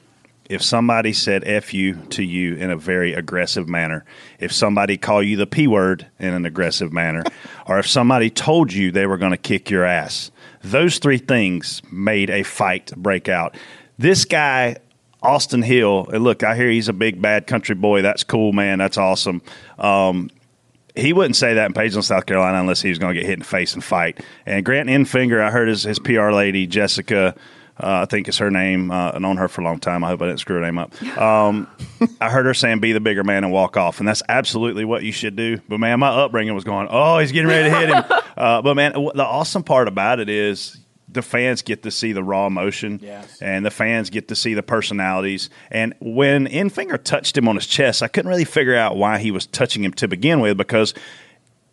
S7: If somebody said F you to you in a very aggressive manner, if somebody called you the P word in an aggressive manner, or if somebody told you they were going to kick your ass, those three things made a fight break out. This guy, Austin Hill, and look, I hear he's a big bad country boy. That's cool, man. That's awesome. Um, he wouldn't say that in Pageland, South Carolina, unless he was going to get hit in the face and fight. And Grant Infinger, I heard his, his PR lady, Jessica, uh, I think is her name. Uh, I've known her for a long time. I hope I didn't screw her name up. Um, I heard her saying, be the bigger man and walk off. And that's absolutely what you should do. But man, my upbringing was going, oh, he's getting ready to hit him. uh, but man, w- the awesome part about it is the fans get to see the raw emotion
S6: Yes.
S7: and the fans get to see the personalities. And when Infinger touched him on his chest, I couldn't really figure out why he was touching him to begin with because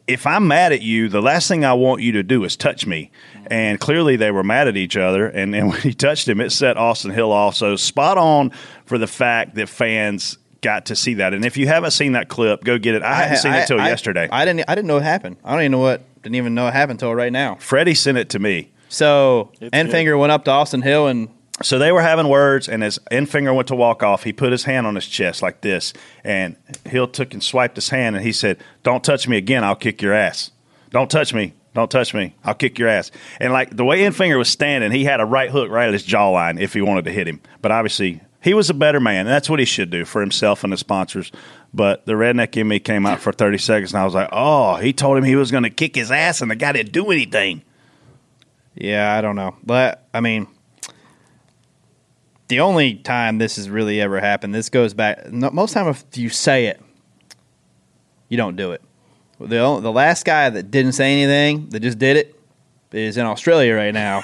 S7: if I'm mad at you, the last thing I want you to do is touch me. And clearly they were mad at each other. And, and when he touched him, it set Austin Hill off. So spot on for the fact that fans got to see that. And if you haven't seen that clip, go get it. I, hadn't seen it till
S2: I-
S7: yesterday.
S2: I didn't. I didn't know it happened. I don't even know what. Didn't even know it happened until right now.
S7: Freddie sent it to me.
S2: So,
S6: It's good.
S2: Enfinger went up to Austin Hill and
S7: So they were having words, and as Enfinger went to walk off, he put his hand on his chest like this, and Hill took and swiped his hand, and he said, "Don't touch me again. I'll kick your ass. Don't touch me. Don't touch me. I'll kick your ass." And like the way Enfinger was standing, he had a right hook right at his jawline if he wanted to hit him. But obviously, he was a better man, and that's what he should do for himself and his sponsors. But the redneck in me came out for thirty seconds, and I was like, "Oh, he told him he was going to kick his ass, and the guy didn't do anything."
S2: Yeah, I don't know. But I mean, the only time this has really ever happened, this goes back. No, most time, if you say it, you don't do it. The o- the last guy that didn't say anything, that just did it, is in Australia right now,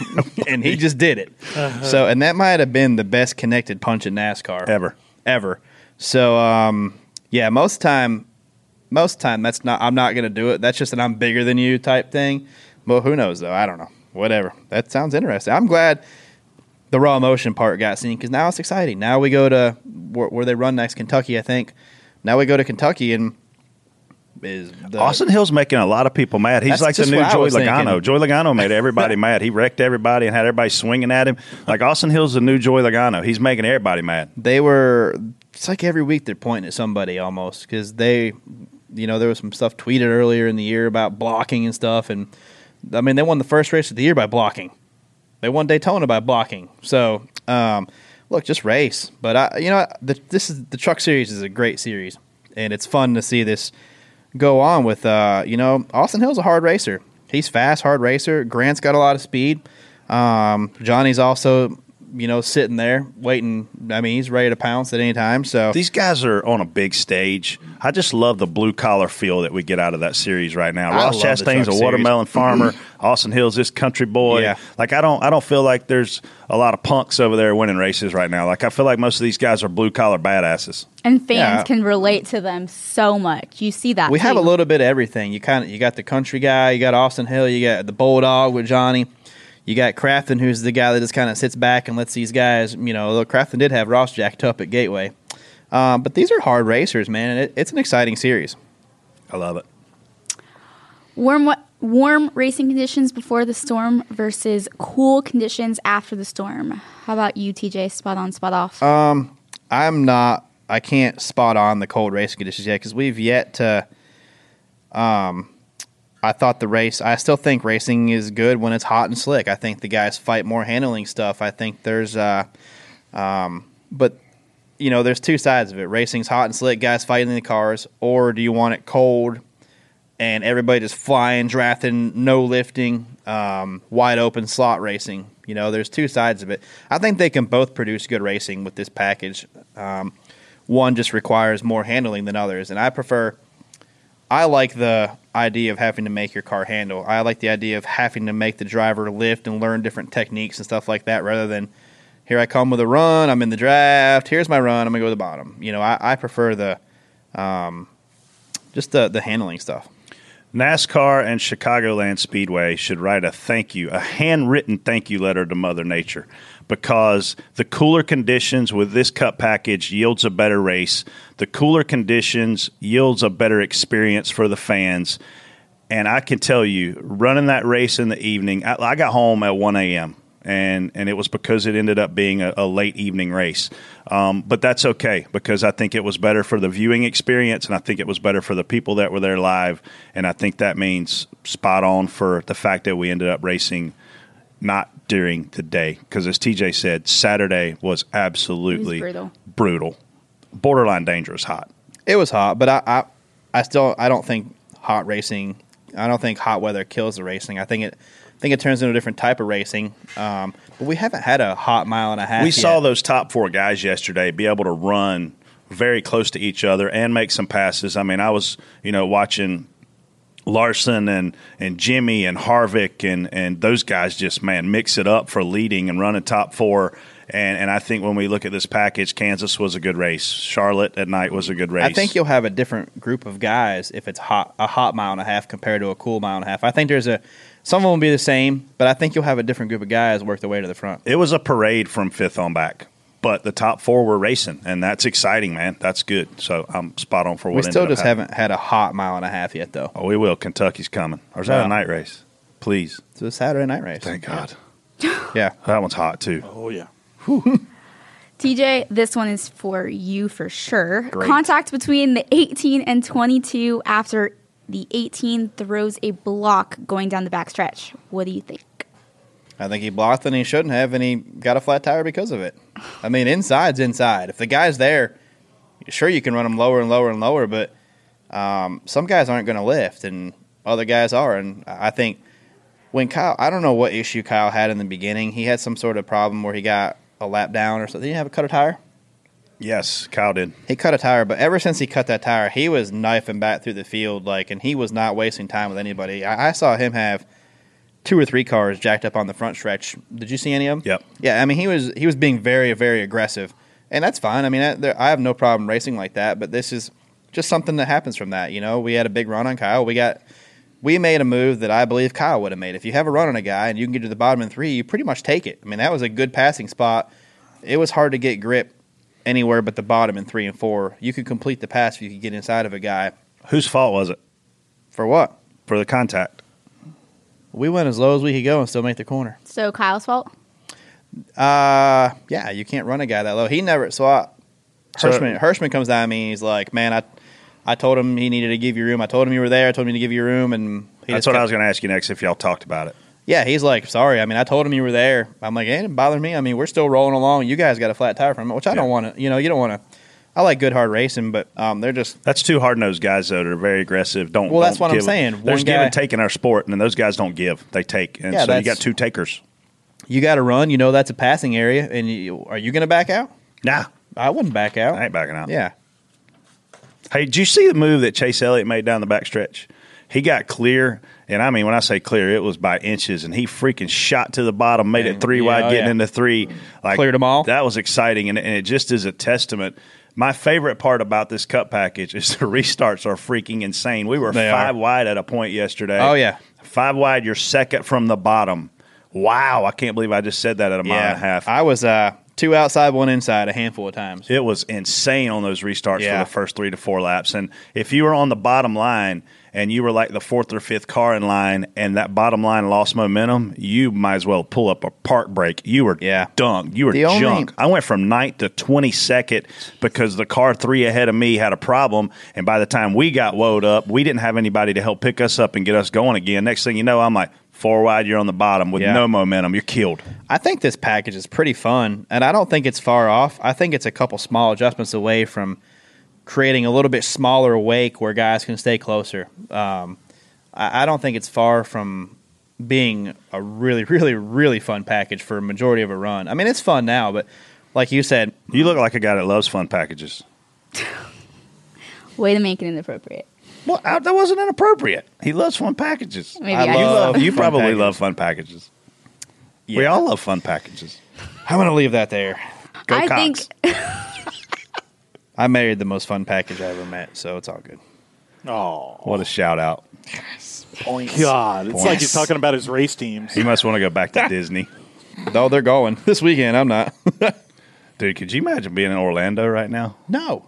S2: and he just did it. So, and that might have been the best connected punch in NASCAR
S7: Uh-huh. Ever.
S2: ever. So, um, yeah, most time, most time, that's not. I'm not gonna do it. That's just an I'm bigger than you type thing. Well, who knows though? I don't know. Whatever. That sounds interesting. I'm glad the raw emotion part got seen because now it's exciting. Now we go to where, where they run next, Kentucky, I think. Now we go to Kentucky and is the,
S7: Austin Hill's making a lot of people mad. He's
S2: That's
S7: like the
S2: just
S7: new
S2: what I
S7: Joy
S2: was thinking.
S7: Logano. Joy Logano made everybody mad. He wrecked everybody and had everybody swinging at him. Like Austin Hill's the new Joy Logano. He's making everybody mad.
S2: they were it's like every week they're pointing at somebody almost because they you know there was some stuff tweeted earlier in the year about blocking and stuff and i mean they won the first race of the year by blocking they won daytona by blocking so um, look just race but i you know the, this is the truck series is a great series and it's fun to see this go on with uh, you know austin hill's a hard racer he's fast hard racer grant's got a lot of speed um, Johnny's also, you know, sitting there waiting. I mean, he's ready to pounce at any time. So
S7: These guys are on a big stage. I just love the blue collar feel that we get out of that series right now.
S2: I
S7: Ross
S2: love the
S7: Chastain's a
S2: truck
S7: watermelon farmer. Austin Hill's this country boy.
S2: Yeah.
S7: Like I don't I don't feel like there's a lot of punks over there winning races right now. Like I feel like most of these guys are blue collar badasses.
S3: And fans
S2: Yeah.
S3: can relate to them so much. You see that
S2: we have
S3: too.
S2: a little bit of everything. You kind of you got the country guy, you got Austin Hill, you got the bulldog with Johnny, you got Crafton, who's the guy that just kind of sits back and lets these guys. You know, although Crafton did have Ross jacked up at Gateway, um, but these are hard racers, man, and it, it's an exciting series.
S7: I love it.
S3: warm wa- warm racing conditions before the storm versus cool conditions after the storm. How about you, TJ? Spot on, spot off.
S2: I'm not. I I can't spot on the cold racing conditions yet because we've yet to. Um, I thought the race. I still think racing is good when it's hot and slick. I think the guys fight more handling stuff. I think there's, uh, um, but you know, there's two sides of it. Racing's hot and slick, guys fighting in the cars, or do you want it cold and everybody just flying, drafting, no lifting, um, wide open slot racing. You know, there's two sides of it. I think they can both produce good racing with this package. Um, one just requires more handling than others, and I prefer. I like the idea of having to make your car handle. I like the idea of having to make the driver lift and learn different techniques and stuff like that, rather than here I come with a run. I'm in the draft. Here's my run. I'm gonna go to the bottom. You know, I, I prefer the um, just the the handling stuff.
S7: NASCAR and Chicagoland Speedway should write a thank you, a handwritten thank you letter to Mother Nature because the cooler conditions with this cup package yields a better race. The cooler conditions yields a better experience for the fans. And I can tell you, running that race in the evening, I, I got home at 1 a.m. And, and it was because it ended up being a, a late evening race. Um, but that's okay because I think it was better for the viewing experience and I think it was better for the people that were there live. And I think that means spot on for the fact that we ended up racing not during the day because as TJ said, Saturday was absolutely
S3: brutal.
S7: brutal, borderline dangerous hot.
S2: It was hot, but I, I, I still I don't think hot racing. I don't think hot weather kills the racing. I think it, I think it turns into a different type of racing. Um, but we haven't had a hot mile and a half.
S7: We
S2: yet.
S7: saw those top four guys yesterday be able to run very close to each other and make some passes. I mean, I was you know watching Larson and and Jimmy and Harvick and and those guys just man mix it up for leading and running top four. And and I think when we look at this package, Kansas was a good race. Charlotte at night was a good race.
S2: I think you'll have a different group of guys if it's hot a hot mile and a half compared to a cool mile and a half. I think there's a some of them will be the same, but I think you'll have a different group of guys work their way to the front.
S7: it was a parade from fifth on back. But the top four were racing, and that's exciting, man. That's good. So I'm spot on for what.
S2: We still
S7: ended up
S2: just
S7: happening.
S2: haven't had a hot mile and a half yet, though.
S7: Oh, we will. Kentucky's coming. Or is that
S2: Yeah.
S7: a night race? Please.
S2: It's a Saturday night race.
S7: Thank God.
S2: Yeah.
S7: That one's hot too.
S6: Oh yeah.
S3: TJ, this one is for you for sure. Contact between the 18 and 22 after the 18 throws a block going down the backstretch. What do you think?
S2: I think he blocked and he shouldn't have, and he got a flat tire because of it. I mean, inside's inside. If the guy's there, sure you can run him lower and lower and lower, but um, some guys aren't going to lift, and other guys are. And I I think when Kyle, I don't know what issue Kyle had in the beginning. He had some sort of problem where he got a lap down or something. Did he have a cut a tire?
S7: Yes, Kyle did.
S2: He cut a tire, but ever since he cut that tire, he was knifing back through the field like, and he was not wasting time with anybody. I, I saw him have two or three cars jacked up on the front stretch. Did you see any of them?
S7: Yep.
S2: Yeah, I mean he was he was being very very aggressive, and that's fine. I mean I, there, I have no problem racing like that, but this is just something that happens from that. You know, we had a big run on Kyle. We got we made a move that I believe Kyle would have made. If you have a run on a guy and you can get to the bottom in three, you pretty much take it. I mean that was a good passing spot. It was hard to get grip anywhere but the bottom in three and four. You could complete the pass if you could get inside of a guy.
S7: Whose fault was it
S2: For what?
S7: for the contact?
S2: We went as low as we could go and still make the corner.
S3: So Kyle's fault?
S2: Uh, yeah, you can't run a guy that low. He never. So I,
S7: So-
S2: Hirschman, Hirschman comes down to me. and He's like, "Man, I, I told him he needed to give you room. I told him you were there. I told him to give you room." And he
S7: That's
S2: just
S7: what I
S2: kept-
S7: was going to ask you next if y'all talked about it.
S2: Yeah, he's like, "Sorry, I mean, I told him you were there." I'm like, "It didn't bother me. I mean, we're still rolling along. You guys got a flat tire from it, which I don't want to. You know, you don't want to. I like good hard racing, but um, they're just
S7: That's two hard nosed guys though, that are very aggressive. Don't
S2: Well, that's
S7: don't
S2: what I'm
S7: give.
S2: saying. One
S7: There's give
S2: guy-
S7: and take in our sport, and then those guys don't give; they take. And
S2: Yeah,
S7: so you
S2: that's-
S7: got two takers.
S2: you got to run. You know, that's a passing area, and you, are you going to back out?
S7: Nah,
S2: I wouldn't back out.
S7: I ain't backing out.
S2: Yeah,
S7: Hey, did you see the move that Chase Elliott made down the backstretch? He got clear, and I mean, when I say clear, it was by inches, and he freaking shot to the bottom, made it three
S2: Yeah,
S7: wide,
S2: oh,
S7: getting
S2: yeah.
S7: into three. Like
S2: Cleared 'em all.
S7: That was exciting, and, and it just is a testament. My favorite part about this cup package is the restarts are freaking insane. We were
S2: They are.
S7: five wide at a point yesterday.
S2: Oh, yeah.
S7: five wide. You're second from the bottom. Wow, I can't believe I just said that at a mile
S2: yeah.
S7: and a half.
S2: I was uh, two outside, one inside, a handful of times.
S7: It was insane on those restarts
S2: Yeah.
S7: for the first three to four laps. And if you were on the bottom line and you were like the fourth or fifth car in line, and that bottom line lost momentum, you might as well pull up a park brake. You were
S2: Yeah.
S7: dunked. You were
S2: The only-
S7: junk. I went from ninth to twenty second because the car three ahead of me had a problem, and by the time we got woed up, we didn't have anybody to help pick us up and get us going again. Next thing you know, I'm like four wide. You're on the bottom with
S2: Yeah.
S7: no momentum. You're killed.
S2: I think this package is pretty fun, and I don't think it's far off. I think it's a couple small adjustments away from creating a little bit smaller wake where guys can stay closer. Um, I, I don't think it's far from being a really, really, really fun package for a majority of a run. I mean, it's fun now, but like you said,
S7: You look like a guy that loves fun packages.
S3: Way to make it inappropriate.
S7: Well, I, that wasn't inappropriate. He loves fun packages.
S3: Maybe I,
S2: love-
S3: should-
S7: love, you
S2: fun
S7: probably
S2: packages.
S7: love fun packages. We all love fun packages.
S2: I'm going to leave that there.
S7: Go
S3: I
S7: Cox.
S3: think
S2: I married the most fun package I ever met, so it's all good.
S6: Oh,
S7: what a shout out.
S6: God. It's like
S7: Points.
S6: he's talking about his race teams.
S7: You must want to go back to Disney.
S2: Though they're going this weekend, I'm not.
S7: Dude, could you imagine being in Orlando right now?
S2: no.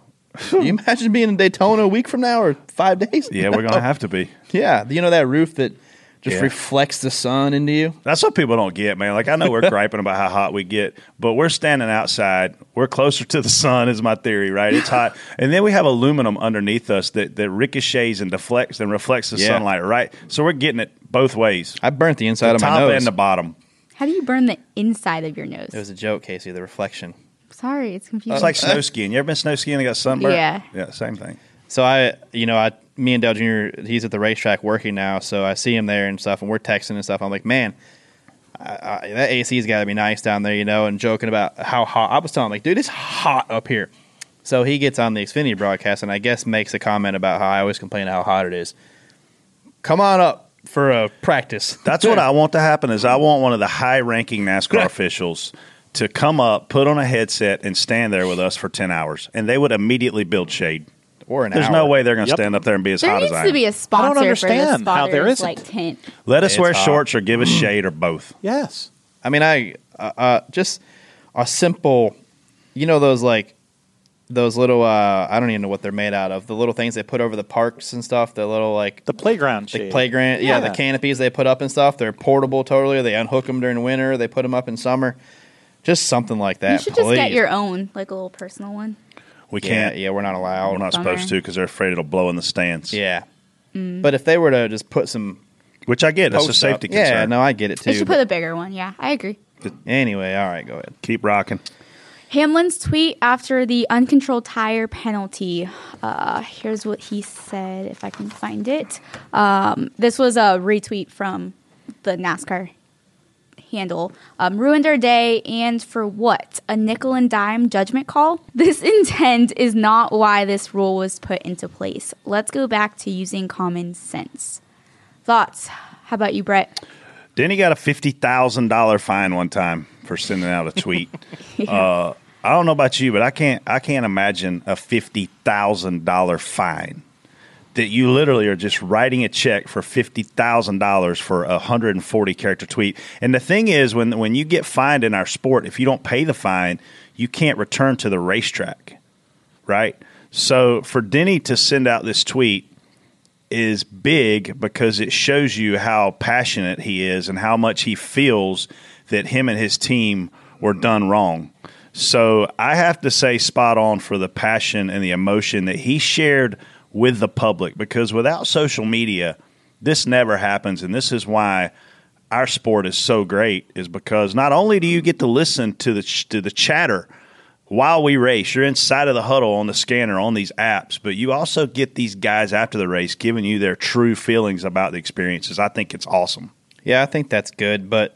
S2: Can you imagine being in Daytona a week from now or five days?
S7: Yeah, we're going to have to be.
S2: Yeah, you know that roof that just
S7: Yeah.
S2: reflects the sun into you.
S7: That's what people don't get, man. Like, I know we're griping about how hot we get, but we're standing outside. We're closer to the sun, is my theory, right? It's hot. And then we have aluminum underneath us that, that ricochets and deflects and reflects the
S2: Yeah.
S7: sunlight, right? So we're getting it both ways.
S2: I burnt the inside
S7: The
S2: of my
S7: top
S2: nose.
S7: and the bottom.
S3: how do you burn the inside of your nose?
S2: it was a joke, Casey. The reflection.
S3: Sorry, it's confusing.
S7: It's like snow skiing. You ever been snow skiing and got sunburned?
S3: Yeah.
S7: Uh, Yeah, same thing.
S2: So I, you know, I, me and Dell Jr. He's at the racetrack working now, so I see him there and stuff, and we're texting and stuff. I'm like, man, I, I, that AC's got to be nice down there, you know, and joking about how hot. I was telling him like, dude, it's hot up here. So he gets on the Xfinity broadcast and I guess makes a comment about how I always complain how hot it is. Come on up for a practice.
S7: That's what I want to happen is I want one of the high ranking NASCAR officials to come up, put on a headset, and stand there with us for ten hours. And they would immediately build shade.
S2: or an
S7: There's
S2: hour.
S7: no way they're gonna
S6: Yep.
S7: stand up there and be as
S3: there
S7: hot as
S3: needs
S7: I
S3: to
S7: am.
S3: be a sponsor for this
S6: understand how there
S3: father's,
S6: isn't.
S3: like tent.
S7: Let us
S2: It's
S7: wear
S2: hot.
S7: shorts or give us shade or both.
S6: Yes.
S2: I mean, I uh, uh, just a simple, you know, those like those little uh, I don't even know what they're made out of. The little things they put over the parks and stuff. The little like
S6: The playground
S2: the
S6: shade.
S2: playground, yeah. the
S6: Yeah.
S2: canopies they put up and stuff. They're portable totally. They unhook them during winter. They put them up in summer. Just something like that.
S3: You should just get
S2: please.
S3: your own, like a little personal one.
S7: We
S2: yeah,
S7: can't.
S2: yeah. We're not allowed.
S7: We're not supposed to because they're afraid it'll blow in the stands.
S2: Yeah.
S3: Mm.
S2: But if they were to just put some,
S7: which I get. That's a
S2: posts up-
S7: safety
S2: Yeah,
S7: concern.
S2: no, I get it too.
S3: They should
S2: but
S3: put a bigger one. Yeah, I agree.
S2: anyway, all right, go ahead.
S7: Keep rocking.
S3: Hamlin's tweet after the uncontrolled tire penalty. Uh, here's what he said, if I can find it. Um, this was a retweet from the NASCAR handle. Um, ruined our day, and for what? A nickel and dime judgment call? This intent is not why this rule was put into place. Let's go back to using common sense. Thoughts? How about you, Brett?
S7: Then he got a fifty thousand dollar fine one time for sending out a tweet. uh, I don't know about you, but I can't. I can't imagine a fifty thousand dollar fine that you literally are just writing a check for fifty thousand dollars for a hundred and forty character tweet. And the thing is, when when you get fined in our sport, if you don't pay the fine, you can't return to the racetrack, right? So for Denny to send out this tweet is big because it shows you how passionate he is and how much he feels that him and his team were done wrong. So I have to say, spot on for the passion and the emotion that he shared with the public because without social media, this never happens. And this is why our sport is so great is because not only do you get to listen to the to the chatter while we race, you're inside of the huddle on the scanner on these apps, but you also get these guys after the race giving you their true feelings about the experiences. I think it's awesome.
S2: Yeah, I think that's good, but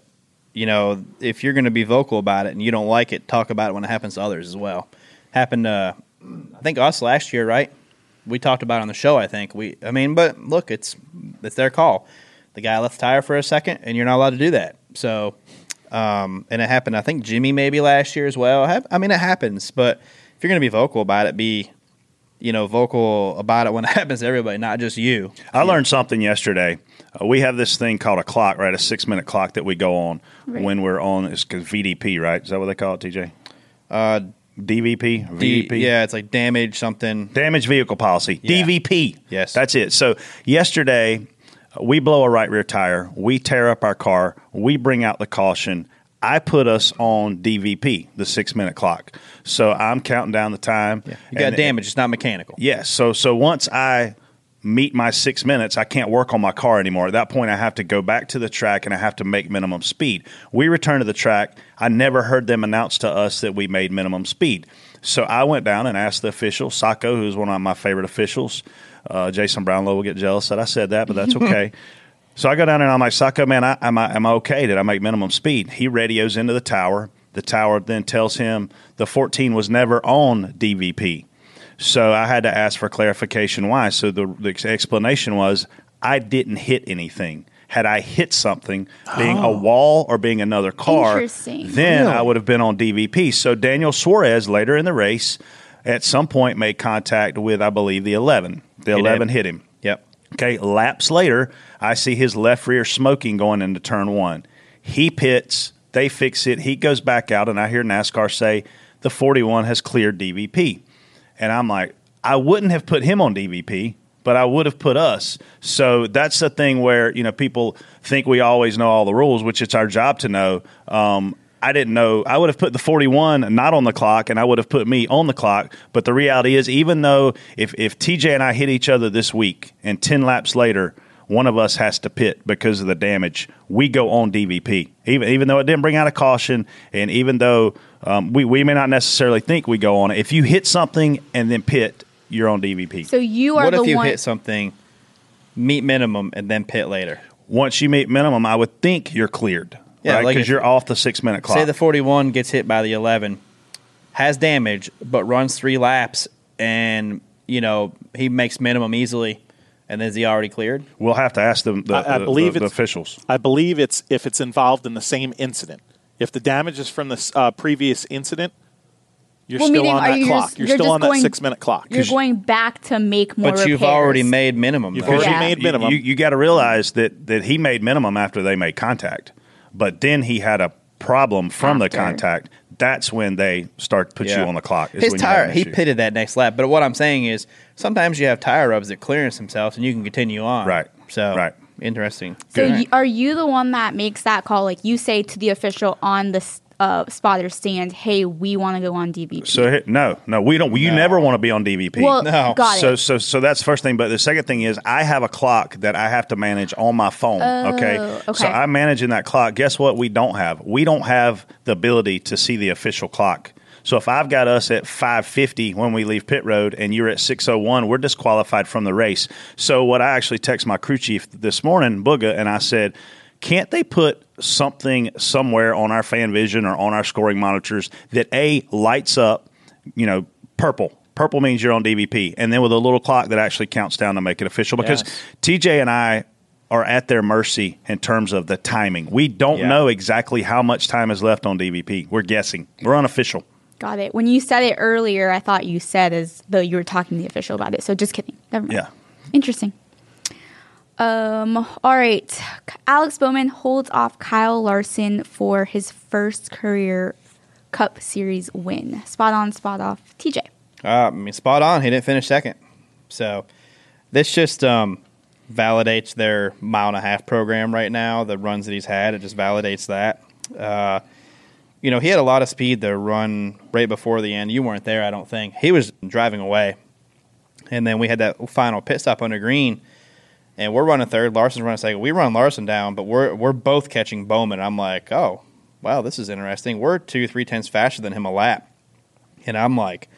S2: you know, if you're going to be vocal about it and you don't like it, talk about it when it happens to others as well. Happened to, I think us last year, right? We talked about it on the show. I think we, I mean, but look, it's it's their call. The guy left the tire for a second, and you're not allowed to do that. So, um, and it happened. I think Jimmy maybe last year as well. Hap- I mean, it happens. But if you're going to be vocal about it, be you know vocal about it when it happens to everybody, not just you.
S7: I learned something yesterday. Uh, we have this thing called a clock, right? A six minute clock that we go on
S3: Right.
S7: when we're on. It's 'cause VDP, right? Is that what they call it, TJ?
S2: Uh,
S7: DVP,
S2: D-
S7: VVP.
S2: yeah, it's like damage something.
S7: Damaged vehicle policy,
S2: Yeah.
S7: DVP.
S2: Yes.
S7: That's it. So yesterday, we blow a right rear tire, we tear up our car, we bring out the caution. I put us on DVP, the six minute clock. So I'm counting down the time.
S2: You got
S7: And-
S2: damage. It's not mechanical.
S7: Yes. So so once I meet my six minutes, I can't work on my car anymore. At that point, I have to go back to the track and I have to make minimum speed. We return to the track. I never heard them announce to us that we made minimum speed. So I went down and asked the official, Sacco, who's one of my favorite officials. Uh, Jason Brownlow will get jealous that I said that, but that's okay. So I go down and I'm like, Saka, man, I, am, I, am I okay? Did I make minimum speed? He radios into the tower. The tower then tells him the 14 was never on DVP. So I had to ask for clarification why. So the, the explanation was I didn't hit anything. Had I hit something, being a wall or being another car,
S3: Interesting.
S7: then I would have been on DVP. So Daniel Suarez later in the race at some point made contact with, I believe, the 11. The
S2: did.
S7: 11 hit him.
S2: Yep.
S7: Okay, laps later, I see his left rear smoking going into turn one. He pits, they fix it, he goes back out, and I hear NASCAR say the 41 has cleared DVP. And I'm like, I wouldn't have put him on DVP, but I would have put us. So that's the thing where, you know, people think we always know all the rules, which it's our job to know. Um, I didn't know. I would have put the 41 not on the clock, and I would have put me on the clock. But the reality is, even though if, if TJ and I hit each other this week and 10 laps later, one of us has to pit because of the damage, we go on DVP. Even, even though it didn't bring out a caution, and even though um, we, we may not necessarily think we go on it, if you hit something and then pit, you're on DVP.
S3: So you are
S2: What
S3: the
S2: if you
S3: one.
S2: hit something, meet minimum, and then pit later?
S7: Once you meet minimum, I would think you're cleared.
S2: Yeah,
S7: right?
S2: like
S7: Because
S2: if-
S7: you're off the six minute clock.
S2: Say the 41 gets hit by the 11, has damage, but runs three laps, and you know he makes minimum easily, and then is he already cleared?
S7: we'll have to ask them, the,
S6: I, I
S7: the-
S6: believe
S7: the- the
S6: it's,
S7: officials.
S6: I believe it's if it's involved in the same incident. If the damage is from the s- uh, previous incident, you're
S3: Well,
S6: still
S3: meaning,
S6: on
S3: are
S6: that
S3: you
S6: clock.
S3: just-
S6: you're,
S3: you're
S6: still
S3: just
S6: on
S3: going-
S6: that six minute clock.
S3: you're going back to make more.
S2: but you've
S3: repairs.
S2: already made minimum.
S6: You've
S2: though.
S6: already
S3: Yeah.
S6: made
S7: you-
S6: minimum.
S7: You, you got to realize that that he made minimum after they made contact, but then he had a problem from the
S3: After.
S7: contact. That's when they start put
S2: Yeah.
S7: you on the clock. is
S2: His
S7: when you have
S2: tire,
S7: an
S2: he
S7: issue.
S2: pitted that next lap. But what I'm saying is, sometimes you have tire rubs that clearance themselves, and you can continue on.
S7: Right.
S2: So
S7: Right.
S2: interesting.
S3: So
S2: Good.
S3: you, are you the one that makes that call? Like you say to the official on the s- uh, spotter stand, "Hey, we want to go on DVP."
S7: So he- no, no, we don't. You
S2: No.
S7: never want to be on DVP.
S3: well,
S2: no.
S3: got it.
S7: so so so that's the first thing. But the second thing is I have a clock that I have to manage on my phone. okay?
S3: okay.
S7: So I'm managing that clock. Guess what? We don't have. We don't have the ability to see the official clock. So if I've got us at 5:50 when we leave pit road and you're at 6:01, we're disqualified from the race. So what I actually text my crew chief this morning, Booga, and I said, "Can't they put something somewhere on our fan vision or on our scoring monitors that a lights up, you know, purple. Purple means you're on DVP, and then with a little clock that actually counts down to make it official. Because
S2: Yes.
S7: TJ and I are at their mercy in terms of the timing. We don't
S2: Yeah.
S7: know exactly how much time is left on DVP. We're guessing. We're unofficial.
S3: got it. When you said it earlier, I thought you said as though you were talking to the official about it. So just kidding. Never mind.
S7: Yeah.
S3: Interesting. Um. All right. Alex Bowman holds off Kyle Larson for his first career Cup Series win. Spot on. Spot off. TJ.
S2: Uh, I mean, spot on. He didn't finish second. So this just um, validates their mile and a half program right now. The runs that he's had, it just validates that. Uh, you know, he had a lot of speed the run right before the end. You weren't there, I don't think. He was driving away. And then we had that final pit stop under green. And we're running third. Larson's running second. We run Larson down, but we're we're both catching Bowman. I'm like, oh, wow, this is interesting. We're two, three tenths faster than him a lap. And I'm like,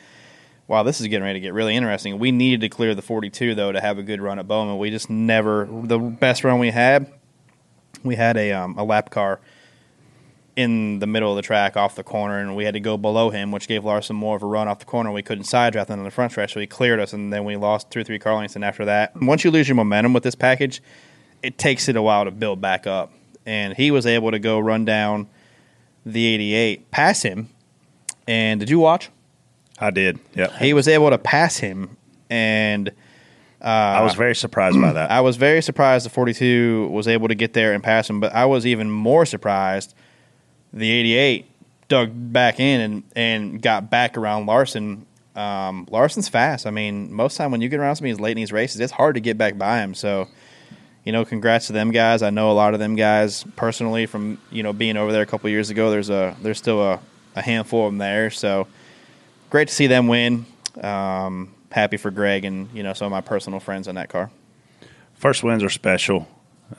S2: wow, this is getting ready to get really interesting. We needed to clear the 42 though to have a good run at Bowman. We just never the best run we had. We had a um, a lap car in the middle of the track off the corner, and we had to go below him, which gave Larson more of a run off the corner. We couldn't side draft on the front stretch, so he cleared us, and then we lost two or three car lengths. And after that, once you lose your momentum with this package, it takes it a while to build back up. And he was able to go run down the 88, pass him. And did you watch?
S7: I did. Yeah.
S2: he was able to pass him, and
S7: I
S2: uh,
S7: was very surprised by that.
S2: I was very surprised the 42 was able to get there and pass him. But I was even more surprised the 88 dug back in and, and got back around Larson. Um, Larson's fast. I mean, most time when you get around somebody who's late in these races, it's hard to get back by him. So, you know, congrats to them guys. I know a lot of them guys personally from you know being over there a couple years ago. There's a there's still a, a handful of them there. So great to see them win. Um, happy for Greg and you know some of my personal friends in that car.
S7: First wins are special,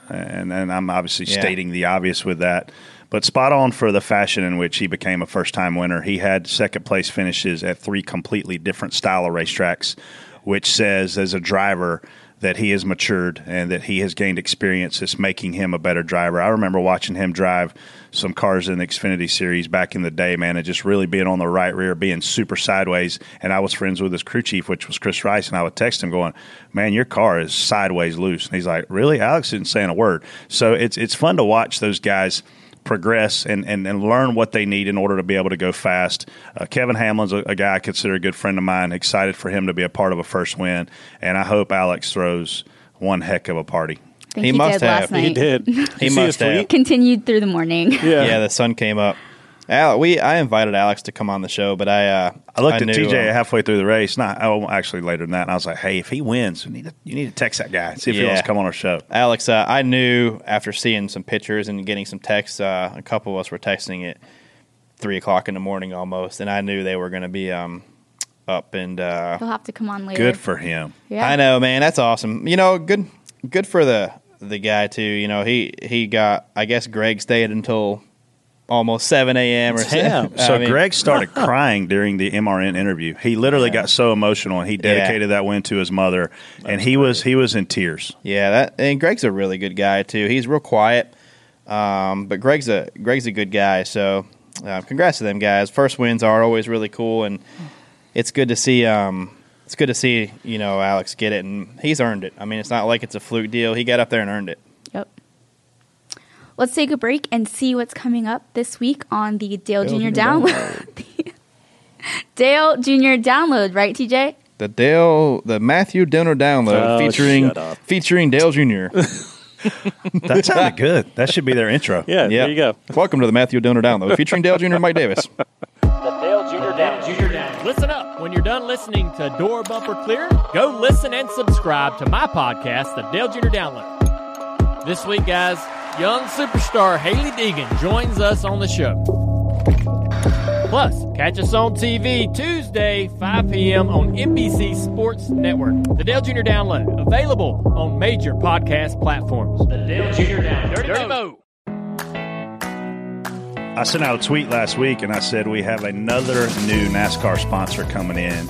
S7: and, and I'm obviously
S2: Yeah.
S7: stating the obvious with that. But spot on for the fashion in which he became a first time winner. He had second place finishes at three completely different style of racetracks, which says, as a driver, that he has matured and that he has gained experience. It's making him a better driver. I remember watching him drive some cars in the Xfinity series back in the day, man, and just really being on the right rear, being super sideways. And I was friends with his crew chief, which was Chris Rice, and I would text him going, "Man, your car is sideways loose." And he's like, "Really?" Alex didn't say a word. So it's it's fun to watch those guys progress and, and, and learn what they need in order to be able to go fast. Uh, Kevin Hamlin's a, a guy I consider a good friend of mine. Excited for him to be a part of a first win, and I hope Alex throws one heck of a party.
S3: I think
S2: He
S3: he,
S2: must
S3: did last
S2: have.
S3: night.
S6: He did.
S2: He
S6: You see
S2: must
S6: his
S2: have.
S6: tweet?
S3: Continued through the morning.
S6: Yeah.
S2: Yeah, the sun came up. Al, we I invited Alex to come on the show, but I uh,
S7: I looked at
S2: knew,
S7: TJ
S2: um,
S7: halfway through the race. Not oh, actually later than that. And I was like, hey, if he wins, we need to, you need to text that guy and see if he
S2: Yeah.
S7: wants to come on our show.
S2: Alex, uh, I knew after seeing some pictures and getting some texts, uh, a couple of us were texting at three o'clock in the morning almost, and I knew they were going to be um, up and. Uh,
S3: He'll have to come on later.
S7: Good for him.
S3: Yeah.
S2: I know, man, that's awesome. You know, good, good for the the guy too. You know, he he got. I guess Greg stayed until almost seven a.m. or
S6: Damn.
S2: something.
S7: So
S2: I mean,
S7: Greg started crying during the MRN interview. He literally got so emotional, and he dedicated that win to his mother. and he was he was in tears.
S2: Yeah, that and Greg's a really good guy too. He's real quiet, um, but Greg's a Greg's a good guy. So, uh, congrats to them guys. First wins are always really cool, and it's good to see. Um, it's good to see you know Alex get it, and he's earned it. I mean, it's not like it's a fluke deal. He got up there and earned it.
S3: Yep. Let's take a break and see what's coming up this week on the Dale, Jr. Download. Dale Jr. Download, right, TJ?
S2: The Dale, the Matthew Dinner download
S6: Oh,
S2: featuring
S6: shut up.
S2: featuring Dale Jr.
S7: That sounded good. That should be their intro.
S6: Yeah, there you go.
S2: Welcome to the Matthew Dinner download featuring Dale Jr. and Mike Davis.
S8: The Dale Jr. Down. Junior Down. Listen up. When you're done listening to Door Bumper Clear, go listen and subscribe to my podcast, The Dale Jr. Download. This week, guys, young superstar Haley Deegan joins us on the show. Plus, catch us on TV Tuesday, 5 p.m. on NBC Sports Network. The Dale Jr. Download, available on major podcast platforms. The Dale Jr. Download. Dirty, Mo.
S7: I sent out a tweet last week and I said we have another new NASCAR sponsor coming in.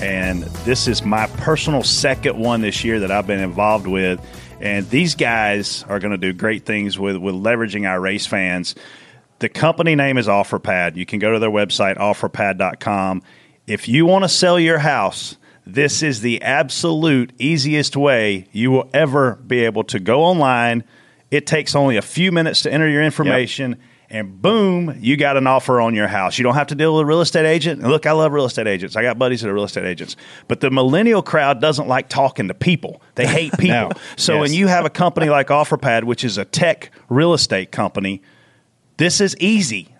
S7: And this is my personal second one this year that I've been involved with. And these guys are going to do great things with, with leveraging our race fans. The company name is OfferPad. You can go to their website, offerpad.com. If you want to sell your house, this is the absolute easiest way you will ever be able to go online. It takes only a few minutes to enter your information, and boom, you got an offer on your house. You don't have to deal with a real estate agent. And look, I love real estate agents. I got buddies that are real estate agents. But the millennial crowd doesn't like talking to people, they hate people.
S2: No.
S7: So when
S2: Yes.
S7: you have a company like OfferPad, which is a tech real estate company, this is easy.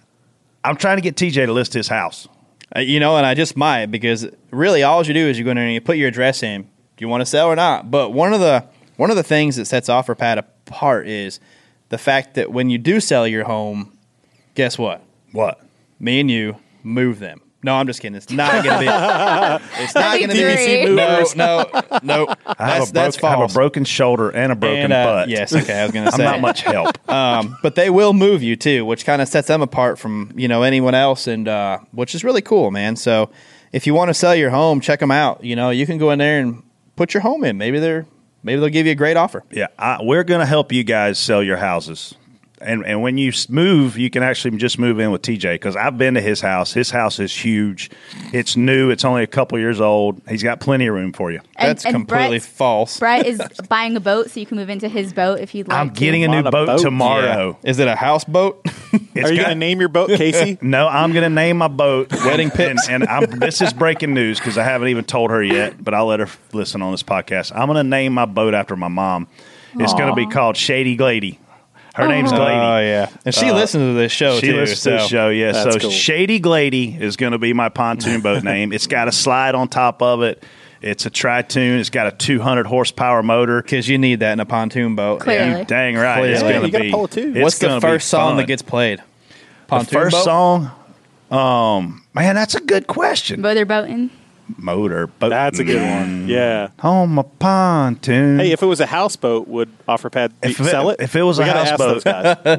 S7: I'm trying to get TJ to list his house.
S2: Uh, You know, and I just might because really all you do is you're going to put your address in. Do you want to sell or not? But one of the one of the things that sets OfferPad apart is the fact that when you do sell your home, guess what?
S7: What?
S2: Me and you move them. No, I'm just kidding. It's not going to be. It's not going to
S3: Great.
S2: be. No, no, no. That's
S7: I have, a
S2: that's
S7: broke- I
S2: false.
S7: have a broken shoulder and a broken
S2: And, uh,
S7: butt.
S2: Yes. Okay. I was going to
S7: I'm
S2: say
S7: not much help.
S2: um, but they will move you too, which kind of sets them apart from you know anyone else, and uh, which is really cool, man. So if you want to sell your home, check them out. You know, you can go in there and put your home in. Maybe they're maybe they'll give you a great offer.
S7: Yeah, I, we're going to help you guys sell your houses. And and when you s- move, you can actually just move in with TJ because I've been to his house. His house is huge. It's new. It's only a couple years old. He's got plenty of room for you.
S3: And-
S2: That's
S3: and
S2: completely
S3: Brett's-
S2: false.
S3: Brett is buying a boat, so you can move into his boat if you'd like.
S7: I'm
S3: to.
S7: getting a new
S6: lot of
S7: boat,
S6: boats.
S7: tomorrow.
S2: Is it a houseboat?
S7: It's
S6: Are you
S7: got-
S6: going to name your boat Casey?
S7: No, I'm going to name my boat
S2: Wedding
S7: and,
S2: pics.
S7: and I'm, this is breaking news because I haven't even told her yet, but I'll let her f- listen on this podcast. I'm going to name my boat after my mom. It's going to be called Shady Glady. Her name's
S2: Oh
S7: Glady.
S2: yeah, and she listens to this show
S7: Uh, She
S2: too.
S7: listens
S2: so.
S7: to the show, yeah.
S6: that's
S7: So
S6: cool.
S7: Shady Glady is going to be my pontoon boat name. It's got a slide on top of it. It's a tri-tune. It's got a 200 horsepower motor.
S2: because you need that in a pontoon boat.
S3: Clearly.
S7: You dang right,
S2: Clearly.
S7: it's
S2: Yeah,
S7: going
S6: you gotta
S7: be.
S6: pull it too.
S7: it's
S2: What's the
S7: gonna be
S2: first song that
S7: fun.
S2: gets played?
S7: the first song? Um, man, that's a good question.
S3: Mother Boatin.
S7: Motor, boat.
S6: That's a good
S7: Mm.
S6: one. Yeah.
S7: Home a pontoon.
S6: Hey, if it was a houseboat, would Offerpad be-
S7: if it,
S6: sell it?
S7: if it was
S6: we
S7: a
S6: gotta ask
S7: houseboat,
S6: those guys.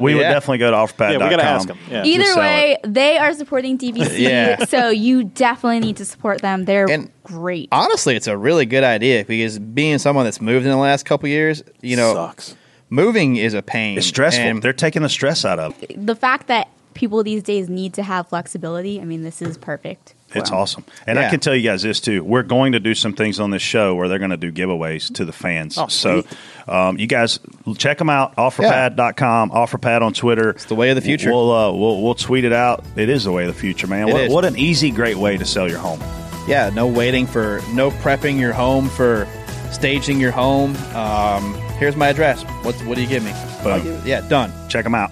S7: we would
S2: Yeah.
S7: definitely go to offerpad.com.
S6: Yeah, we gotta ask 'em. Yeah.
S7: to
S3: Either
S7: sell
S3: way,
S7: it.
S3: they are supporting DVC,
S2: Yeah.
S3: so you definitely need to support them. They're
S2: And
S3: great.
S2: Honestly, it's a really good idea because being someone that's moved in the last couple years, you know,
S6: sucks.
S2: moving is a pain.
S7: it's stressful.
S2: And
S7: They're taking the stress out of it.
S3: the fact that people these days need to have flexibility, I mean, this is perfect.
S7: It's awesome. And I
S2: Yeah.
S7: can tell you guys this too. We're going to do some things on this show where they're going to do giveaways to the fans.
S6: Oh,
S7: so
S6: sweet.
S7: um, you guys check them out offerpad.com, offerpad on Twitter. It's
S2: the way of the future.
S7: We'll, uh, we'll we'll tweet it out. It is the way of the future, man.
S2: It
S7: What,
S2: is.
S7: what an easy great way to sell your home.
S2: yeah, no waiting for, no prepping your home for staging your home. Um, here's my address. What's what do you give me? I'll
S7: Boom.
S2: give- yeah, done.
S7: Check them out.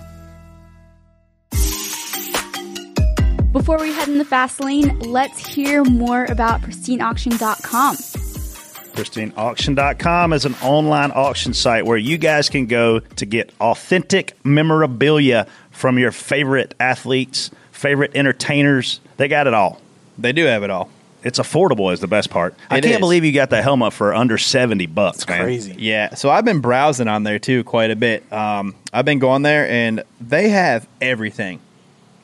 S3: Before we head in the fast lane, let's hear more about pristineauction.com.
S7: PristineAuction.com is an online auction site where you guys can go to get authentic memorabilia from your favorite athletes, favorite entertainers. They got it all.
S2: They do have it all.
S7: It's affordable is the best part. I
S2: It
S7: can't
S2: is.
S7: believe you got that helmet for under seventy bucks, man.
S6: Crazy.
S2: Yeah, so I've been browsing on there too quite a bit. Um, I've been going there, and they have everything.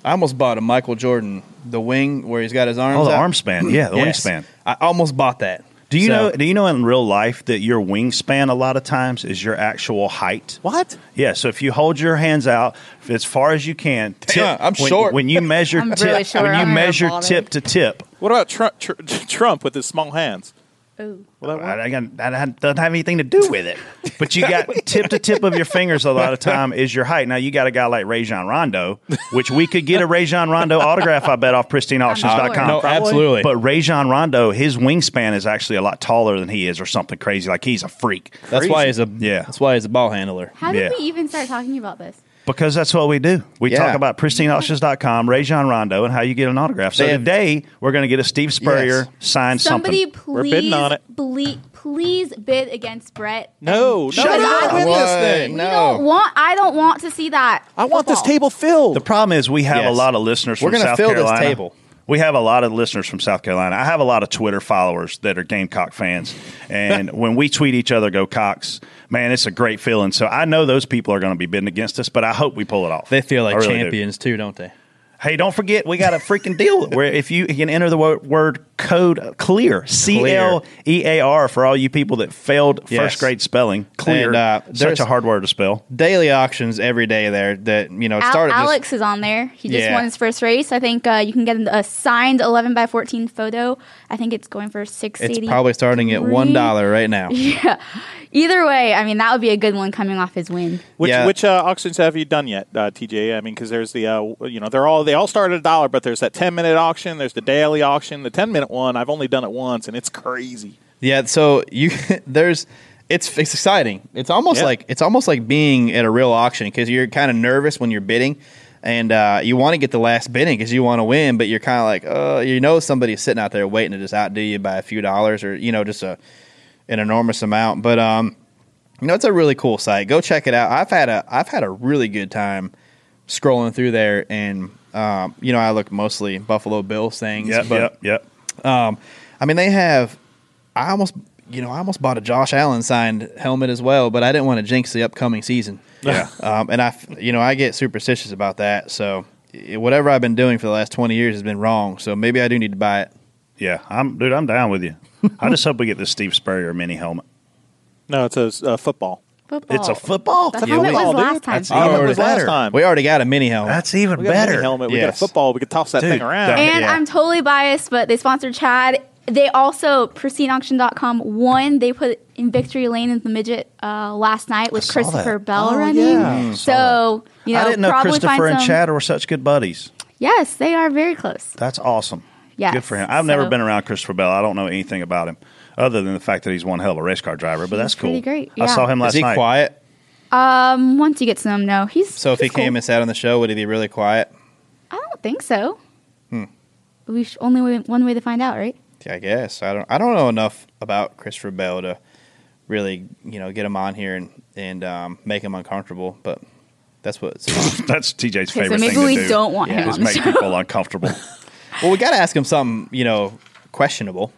S2: I almost bought a Michael Jordan, the wing where he's got his arms.
S7: Oh, the
S2: out.
S7: arm span. Yeah, the
S2: Yes.
S7: wingspan.
S2: I almost bought that.
S7: Do you
S2: So-
S7: know? Do you know in real life that your wingspan a lot of times is your actual height?
S6: What?
S7: Yeah. So if you hold your hands out as far as you can, tip,
S2: Yeah, I'm
S7: when,
S2: short.
S7: When you measure
S3: I'm
S7: tip,
S3: really short.
S7: when you
S3: I'm
S7: measure
S3: revolving.
S7: tip to tip,
S6: What about Trump, tr- Trump with his small hands?
S3: Ooh.
S6: Will that work?
S7: I, I got, that ha- doesn't have anything to do with it. But you got tip to tip of your fingers a lot of time is your height. Now you got a guy like Rajon Rondo, which we could get a Rajon Rondo autograph. I bet off
S3: I'm sure.
S7: pristineauctions.com.
S2: No, absolutely.
S7: But Rajon Rondo, his wingspan is actually a lot taller than he is, or something crazy. Like he's a freak.
S2: that's why he's a
S7: Yeah.
S2: That's why he's a ball handler.
S3: How did
S7: Yeah.
S3: we even start talking about this?
S7: Because that's what we do. We
S2: Yeah.
S7: talk about pristineauctions.com, Rajon Rondo, and how you get an autograph. So
S2: They have-
S7: today we're going to get a Steve Spurrier
S2: Yes.
S7: signed
S3: Somebody
S7: something.
S3: please
S6: We're bidding on it.
S3: ble- please bid against Brett.
S6: No, no,
S3: And-
S6: Shut
S3: because
S6: up!
S3: I,
S6: Win this thing.
S3: we
S2: No.
S3: don't want I don't want to see that.
S6: I want this
S3: football.
S6: table filled.
S7: The problem is we have
S2: Yes.
S7: a lot of listeners
S2: We're
S7: from
S2: gonna
S7: South
S2: fill this
S7: Carolina.
S2: table.
S7: We have a lot of listeners from South Carolina. I have a lot of Twitter followers that are Gamecock fans. And when we tweet each other, go Cox, man, it's a great feeling. So I know those people are going to be bidding against us, but I hope we pull it off.
S2: They feel like
S7: I really do.
S2: champions too, don't they?
S7: Hey, don't forget we got a freaking deal where if you can enter the wo- word code clear C L E A R for all you people that failed
S2: Yes.
S7: first grade spelling clear
S2: And, uh,
S7: such
S2: there's-
S7: a hard word to spell.
S2: Daily auctions every day there. That you know it
S3: Al-
S2: started. just-
S3: Alex is on there. He just
S2: Yeah.
S3: won his first race. I think uh, you can get a signed 11 by 14 photo. I think it's going for 680.
S2: it's probably starting at
S3: three.
S2: one dollar right now.
S3: Either way, I mean that would be a good one coming off his win.
S6: Which
S2: Yeah.
S6: which uh, auctions have you done yet, uh, TJ? I mean, because there's the uh, you know they're all they all start at a dollar, but there's that ten minute auction, there's the daily auction, the ten minute one. I've only done it once, and it's crazy.
S2: Yeah, so you there's it's it's exciting. It's almost
S6: Yeah.
S2: like it's almost like being at a real auction because you're kind of nervous when you're bidding, and uh, you want to get the last bidding because you want to win, but you're kind of like, uh, you know, somebody's sitting out there waiting to just outdo you by a few dollars or you know just a an enormous amount. But um, you know, it's a really cool site. Go check it out. I've had a I've had a really good time scrolling through there, and um, you know, I look mostly Buffalo Bills things,
S7: Yep,
S2: but
S7: yep, yep.
S2: um, I mean, they have. I almost, you know, I almost bought a Josh Allen signed helmet as well, but I didn't want to jinx the upcoming season.
S7: Yeah.
S2: um, and I, f- you know, I get superstitious about that. So i- whatever I've been doing for the last twenty years has been wrong. So maybe I do need to buy it.
S7: Yeah, I'm dude, I'm down with you. I just hope we get this Steve Spurrier mini helmet.
S6: No, it's a s- uh, football.
S3: Football.
S7: It's a football.
S3: Oh, That's how it was
S6: dude.
S3: last time.
S7: That's
S6: Oh, it
S7: even
S6: was last
S7: better.
S6: time.
S2: We already got a mini helmet.
S7: Um, That's even
S6: we got a mini
S7: better.
S6: helmet. We got a
S2: Yes.
S6: football. We could toss that
S7: Dude,
S6: thing around.
S7: that-
S3: And
S2: Yeah.
S3: I'm totally biased, but they sponsored Chad. They also, pristineauction.com won. They put in Victory Lane in the midget uh, last night with
S7: saw
S3: Christopher
S7: that.
S3: Bell
S6: Oh,
S3: running.
S6: yeah.
S7: Hmm.
S6: Mm,
S3: So, you know,
S7: I didn't know
S3: probably
S7: Christopher
S3: find
S7: and
S3: some-
S7: Chad were such good buddies.
S3: Yes, they are very close.
S7: That's awesome.
S3: Yes.
S7: Good for him. I've never
S3: So-
S7: been around Christopher Bell. I don't know anything about him other than the fact that he's one hell of a race car driver, but that's cool.
S3: pretty great,
S7: I
S3: yeah.
S7: saw him
S2: Is
S7: last
S2: he
S7: night.
S2: quiet?
S3: Um, once you get to him, no, he's
S2: So if
S3: he's
S2: he came
S3: cool.
S2: and sat on the show, would he be really quiet?
S3: I don't think so. Hmm. We sh- only way, one way to find out, right?
S2: Yeah, I guess I don't. I don't know enough about Christopher Bell to really, you know, get him on here and and um, make him uncomfortable. But that's what.
S7: That's TJ's
S3: Okay, so
S7: favorite
S3: maybe
S7: thing
S3: we
S7: to do.
S3: don't want him
S7: Just
S3: on the
S7: make
S3: show.
S7: people uncomfortable.
S2: well, we got to ask him something, you know, questionable.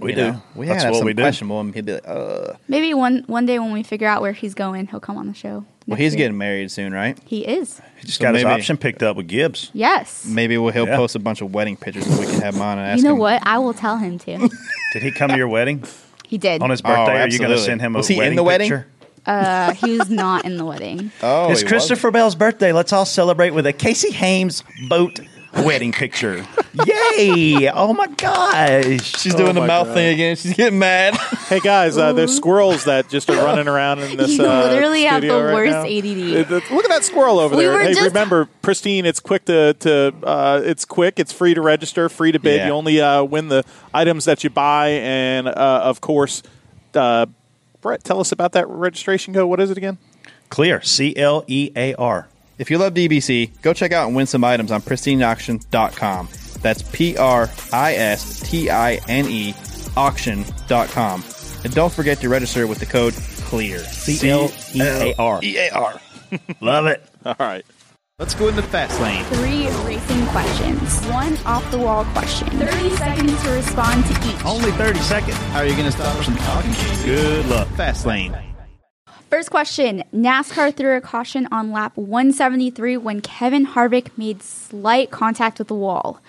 S7: We
S2: you
S7: do.
S2: know? We
S7: That's
S2: gotta have
S7: what
S2: something
S7: we do.
S2: Questionable, and he'd be like, "Uh."
S3: Maybe one one day when we figure out where he's going, he'll come on the show.
S2: Well,
S3: next
S2: he's
S3: year.
S2: getting married soon, right?
S3: He is.
S7: He just
S2: So
S7: got his
S2: maybe-
S7: option picked up with Gibbs.
S3: Yes.
S2: Maybe we'll, he'll
S7: Yeah.
S2: post a bunch of wedding pictures, and we can have him on and ask.
S3: you know
S2: him,
S3: what? I will tell him to.
S7: Did he come to your wedding
S3: He did.
S7: on his birthday? Are you going to
S2: Oh, absolutely.
S7: send him a
S2: Was he in
S7: wedding
S2: the wedding?
S7: picture?
S3: uh, he was not in the wedding.
S2: Oh,
S7: it's
S2: he
S7: Christopher Bell's birthday. Let's all celebrate with a Casey Hames boat wedding picture. Yay! Oh my gosh. Oh
S2: wasn't. She's doing the mouth thing again. She's getting mad.
S6: Hey guys, uh, there's squirrels that just are running around in this.
S3: You
S6: uh,
S3: literally have
S6: studio
S3: the
S6: right
S3: worst
S6: now.
S3: ADD.
S6: It- it- Look at that squirrel over
S3: We
S6: there.
S3: were
S6: Hey,
S3: just-
S6: remember, pristine. It's quick to to. Uh, it's quick. It's free to register. Free to bid.
S2: Yeah.
S6: You only uh, win the items that you buy, and uh, of course, uh, Brett, tell us about that registration code. What is it again?
S7: Clear. C L E A R.
S2: If you love DBC, go check out and win some items on pristineauction.com. That's P R I S T I N E auction.com. And don't forget to register with the code CLEAR.
S7: C L E A R.
S2: E A R.
S7: Love it.
S6: All right.
S2: Let's go into the fast lane.
S3: Three racing questions. One off the wall question. 30 seconds to respond to each.
S7: 30 seconds.
S2: How are you going to stop us from talking?
S7: Good luck.
S2: Fast lane.
S3: First question NASCAR threw a caution on lap 173 when Kevin Harvick made slight contact with the wall.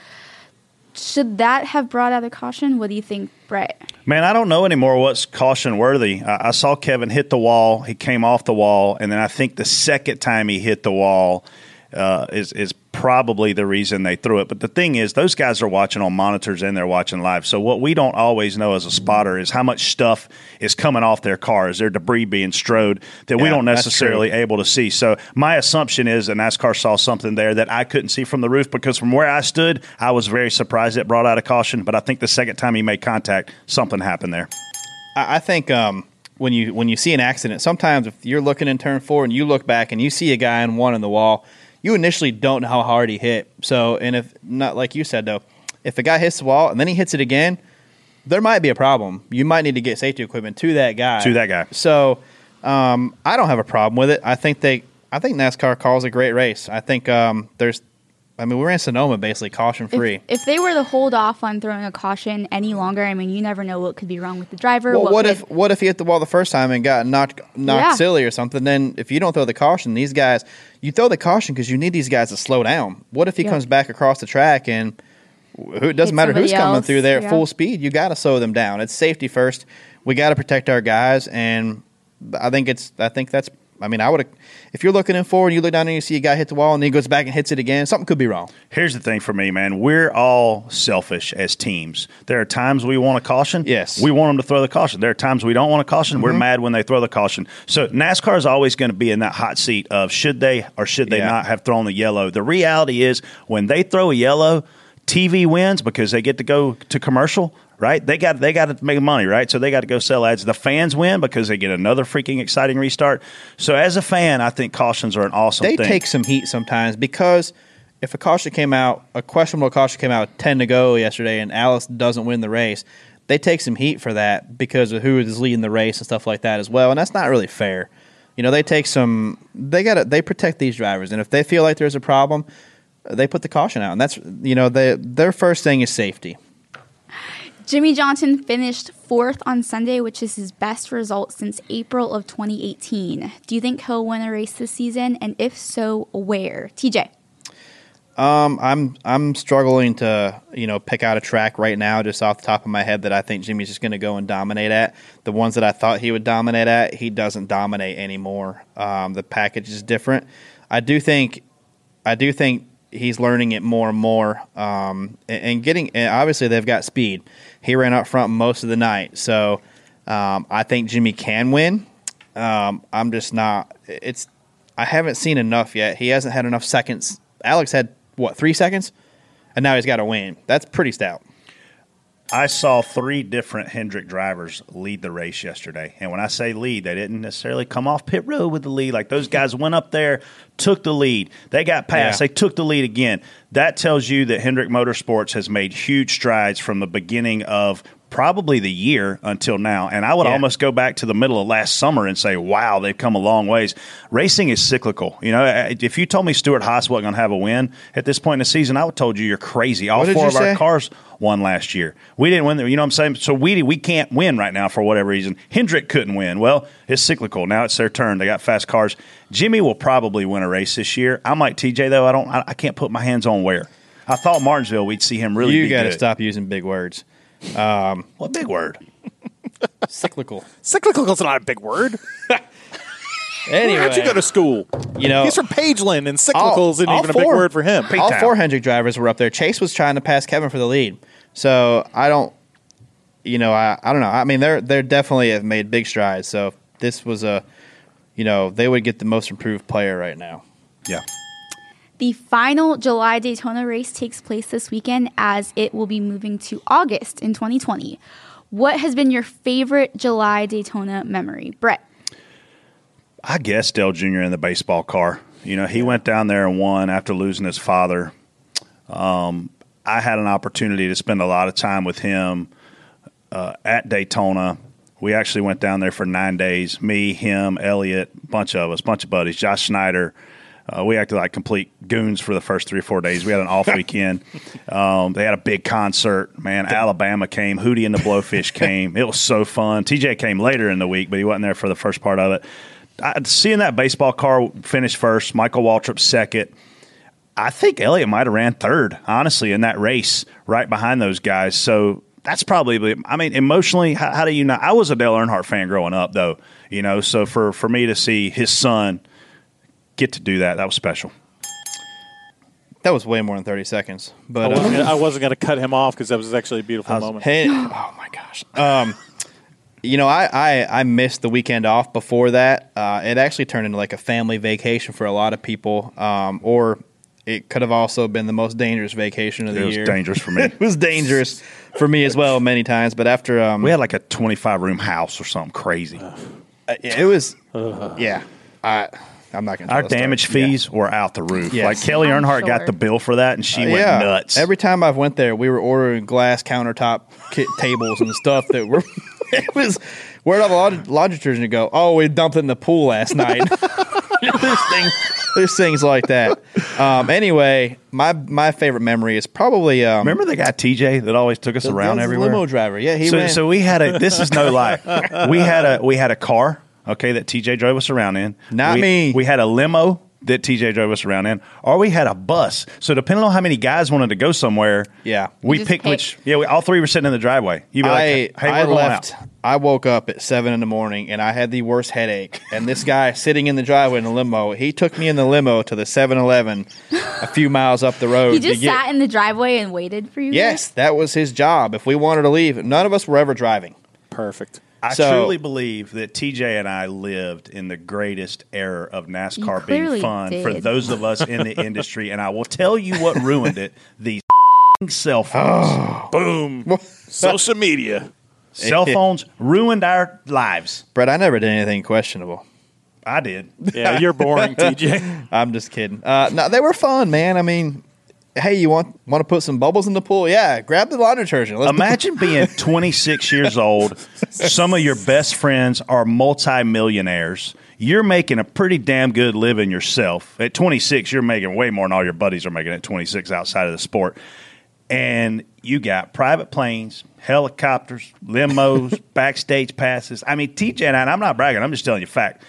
S3: Should that have brought out a caution? What do you think, Brett?
S7: Man, I don't know anymore what's caution worthy. I, I saw Kevin hit the wall. He came off the wall, and then I think the second time he hit the wall uh, is is probably the reason they threw it. But the thing is, those guys are watching on monitors and they're watching live. So what we don't always know as a spotter is how much stuff is coming off their car. Is there debris being strode that we
S2: Yeah,
S7: don't
S2: that's
S7: necessarily able to see? So my assumption is that NASCAR saw something there that I couldn't see from the roof because from where I stood, I was very surprised it brought out a caution. But I think the second time he made contact, something happened there.
S2: I, I think um, when you when you see an accident, sometimes if you're looking in turn four and you look back and you see a guy in one in the wall, you initially don't know how hard he hit. So, and if not like you said though, if a guy hits the wall and then he hits it again, there might be a problem. You might need to get safety equipment to that guy.
S7: To that guy.
S2: So, um, I don't have a problem with it. I think they, I think NASCAR calls a great race. I think um, there's, I mean, we ran Sonoma basically caution
S3: If-
S2: free.
S3: If, they were to hold off on throwing a caution any longer, I mean, you never know what could be wrong with the driver.
S2: Well, what
S3: could-
S2: if what if he hit the wall the first time and got knocked knocked
S3: Yeah.
S2: silly or something? Then if you don't throw the caution, these guys you throw the caution because you need these guys to slow down. What if he
S3: Yeah.
S2: comes back across the track and who, it doesn't
S3: Hit
S2: matter who's
S3: somebody
S2: coming
S3: else,
S2: through there at
S3: yeah.
S2: full speed? You got to slow them down. It's safety first. We got to protect our guys, and I think it's I think that's. I mean, I would if you're looking in forward, you look down and you see a guy hit the wall, and then he goes back and hits it again. Something could be wrong.
S7: Here's the thing for me, man. We're all selfish as teams. There are times we want a caution.
S2: Yes. Mm-hmm.
S7: We want them to throw the caution. There are times we don't want a caution. We're mad when they throw the caution. So NASCAR is always going to be in that hot seat of should they or should they
S2: Yeah.
S7: not have thrown the yellow. The reality is when they throw a yellow, TV wins because they get to go to commercial. Right, they got they got to make money, right? So they got to go sell ads. The fans win because they get another freaking exciting restart. So as a fan, I think cautions are an awesome.
S2: they
S7: thing.
S2: take some heat sometimes because if a caution came out, a questionable caution came out ten to go yesterday, and Alice doesn't win the race, they take some heat for that because of who is leading the race and stuff like that as well, and that's not really fair. You know, they take some. They got to they protect these drivers, and if they feel like there's a problem, they put the caution out, and that's you know they their first thing is safety.
S3: Jimmy Johnson finished fourth on Sunday, which is his best result since April of 2018. Do you think he'll win a race this season? And if so, where? TJ.
S2: Um, I'm I'm struggling to you know pick out a track right now just off the top of my head that I think Jimmy's just going to go and dominate at. The ones that I thought he would dominate at, he doesn't dominate anymore. Um, the package is different. I do think I do think he's learning it more and more, um, and, and getting. And obviously, they've got speed. He ran up front most of the night, so um, I think Jimmy can win. Um, I'm just not. It's I haven't seen enough yet. He hasn't had enough seconds. Alex had what three seconds, and now he's got to win. That's pretty stout.
S7: I saw three different Hendrick drivers lead the race yesterday. And when I say lead, they didn't necessarily come off pit road with the lead. Like those guys went up there, took the lead. They got past,
S2: Yeah.
S7: they took the lead again. That tells you that Hendrick Motorsports has made huge strides from the beginning of probably the year until now. And I would
S2: Yeah.
S7: almost go back to the middle of last summer and say, wow, they've come a long ways. Racing is cyclical. You know, if you told me Stuart Haas wasn't going to have a win at this point in the season, I would have told you you're crazy. All
S2: What did
S7: four
S2: you
S7: of our
S2: say?
S7: cars won last year. We didn't win. The, you know what I'm saying? So we we can't win right now for whatever reason. Hendrick couldn't win. Well, it's cyclical. Now it's their turn. They got fast cars. Jimmy will probably win a race this year. I'm like TJ though. I don't. I, I can't put my hands on where. I thought Martinsville. We'd see him really.
S2: you
S7: be
S2: got to
S7: good.
S2: stop using big words.
S7: What big word?
S2: Cyclical.
S6: Cyclical is not a big word.
S2: Anyway,
S6: Where'd you go to school?
S2: You know-
S6: he's from Pageland, and cyclical isn't
S2: all
S6: even a big
S2: four-
S6: word for him.
S7: Pete
S2: all
S7: Town.
S2: four Hendrick drivers were up there. Chase was trying to pass Kevin for the lead. So I don't, you know, I, I don't know. I mean, they're they're definitely have made big strides. So if this was a, you know, they would get the most improved player right now.
S7: Yeah.
S3: The final July Daytona race takes place this weekend as it will be moving to August in 2020. What has been your favorite July Daytona memory? Brett.
S7: I guess Dell Jr. in the baseball car. You know, he went down there and won after losing his father. Um, I had an opportunity to spend a lot of time with him uh, at Daytona. We actually went down there for nine days. Me, him, Elliot, bunch of us, bunch of buddies, Josh Schneider. Uh, we acted like complete goons for the first three or four days. We had an off weekend. Um, they had a big concert. Man, Alabama came. Hootie and the Blowfish came. It was so fun. TJ came later in the week, but he wasn't there for the first part of it. I, seeing that baseball car finish first, Michael Waltrip second. I think Elliott might have ran third, honestly, in that race, right behind those guys. So that's probably. I mean, emotionally, how, how do you not? I was a Dale Earnhardt fan growing up, though. You know, so for for me to see his son get to do that, that was special.
S2: That was way more than thirty seconds.
S6: I
S2: But uh,
S6: wasn't, gonna, I wasn't gonna cut him off because that was actually a beautiful moment.
S2: Hey, oh my gosh. Um, you know, I, I I missed the weekend off before that. Uh, it actually turned into like a family vacation for a lot of people, um, or it could have also been the most dangerous vacation of
S7: It
S2: the
S7: was
S2: year.
S7: dangerous for me.
S2: it was dangerous for me as well many times. But after um,
S7: We had like a twenty five room house or something crazy.
S2: it was
S7: uh,
S2: yeah. I I'm not gonna. tell
S7: Our
S2: the story.
S7: damage
S2: Yeah.
S7: fees were out the roof.
S2: Yes.
S7: Like Kelly
S3: I'm
S7: Earnhardt
S3: sure.
S7: got the bill for that, and she went
S2: yeah.
S7: nuts.
S2: Every time I've went there, we were ordering glass countertop kit tables and stuff that were. It was where the log- longitudes and go. Oh, we dumped it in the pool last night. there's things, there's things like that. Um, anyway, my my favorite memory is probably um,
S7: Remember the guy TJ that always took us
S2: the,
S7: around
S2: the
S7: everywhere?
S2: limo driver. Yeah, he
S7: so,
S2: ran.
S7: so we had a this is no lie we had a we had a car okay that tj drove us around in
S2: Not
S7: We-
S2: me.
S7: we had a limo that tj drove us around in or we had a bus so depending on how many guys wanted to go somewhere
S2: Yeah.
S7: we
S3: You just
S7: picked
S3: pick.
S7: which yeah we, all three were sitting in the driveway you'd be like
S2: I,
S7: hey
S2: I
S7: we're going
S2: left.
S7: out.
S2: I woke up at seven in the morning and I had the worst headache. And this guy sitting in the driveway in the limo, he took me in the limo to the 7 Eleven a few miles up Oh, the road.
S3: He
S2: to
S3: just
S2: get-
S3: sat in the driveway and waited for you. guys?
S2: Yes, that was his job. If we wanted to leave, none of us were ever driving.
S6: Perfect.
S7: I
S2: So-
S7: truly believe that TJ and I lived in the greatest era of NASCAR being
S3: clearly
S7: fun
S3: did.
S7: for those of us in the industry. And I will tell you what ruined it the cell phones.
S2: Oh.
S6: Social media.
S7: Cell phones ruined our lives.
S2: Brett, I never did anything questionable.
S7: I did.
S6: Yeah, you're boring, TJ.
S2: I'm just kidding. Uh, no, they were fun, man. I mean, hey, you want want to put some bubbles in the pool? Yeah, grab the laundry detergent. Let's
S7: Imagine being 26 years old. Some of your best friends are multimillionaires. You're making a pretty damn good living yourself. At 26, you're making way more than all your buddies are making at 26 outside of the sport. And you got private planes, helicopters, limos, backstage passes. I mean, TJ and I, and I'm not bragging, I'm just telling you fact.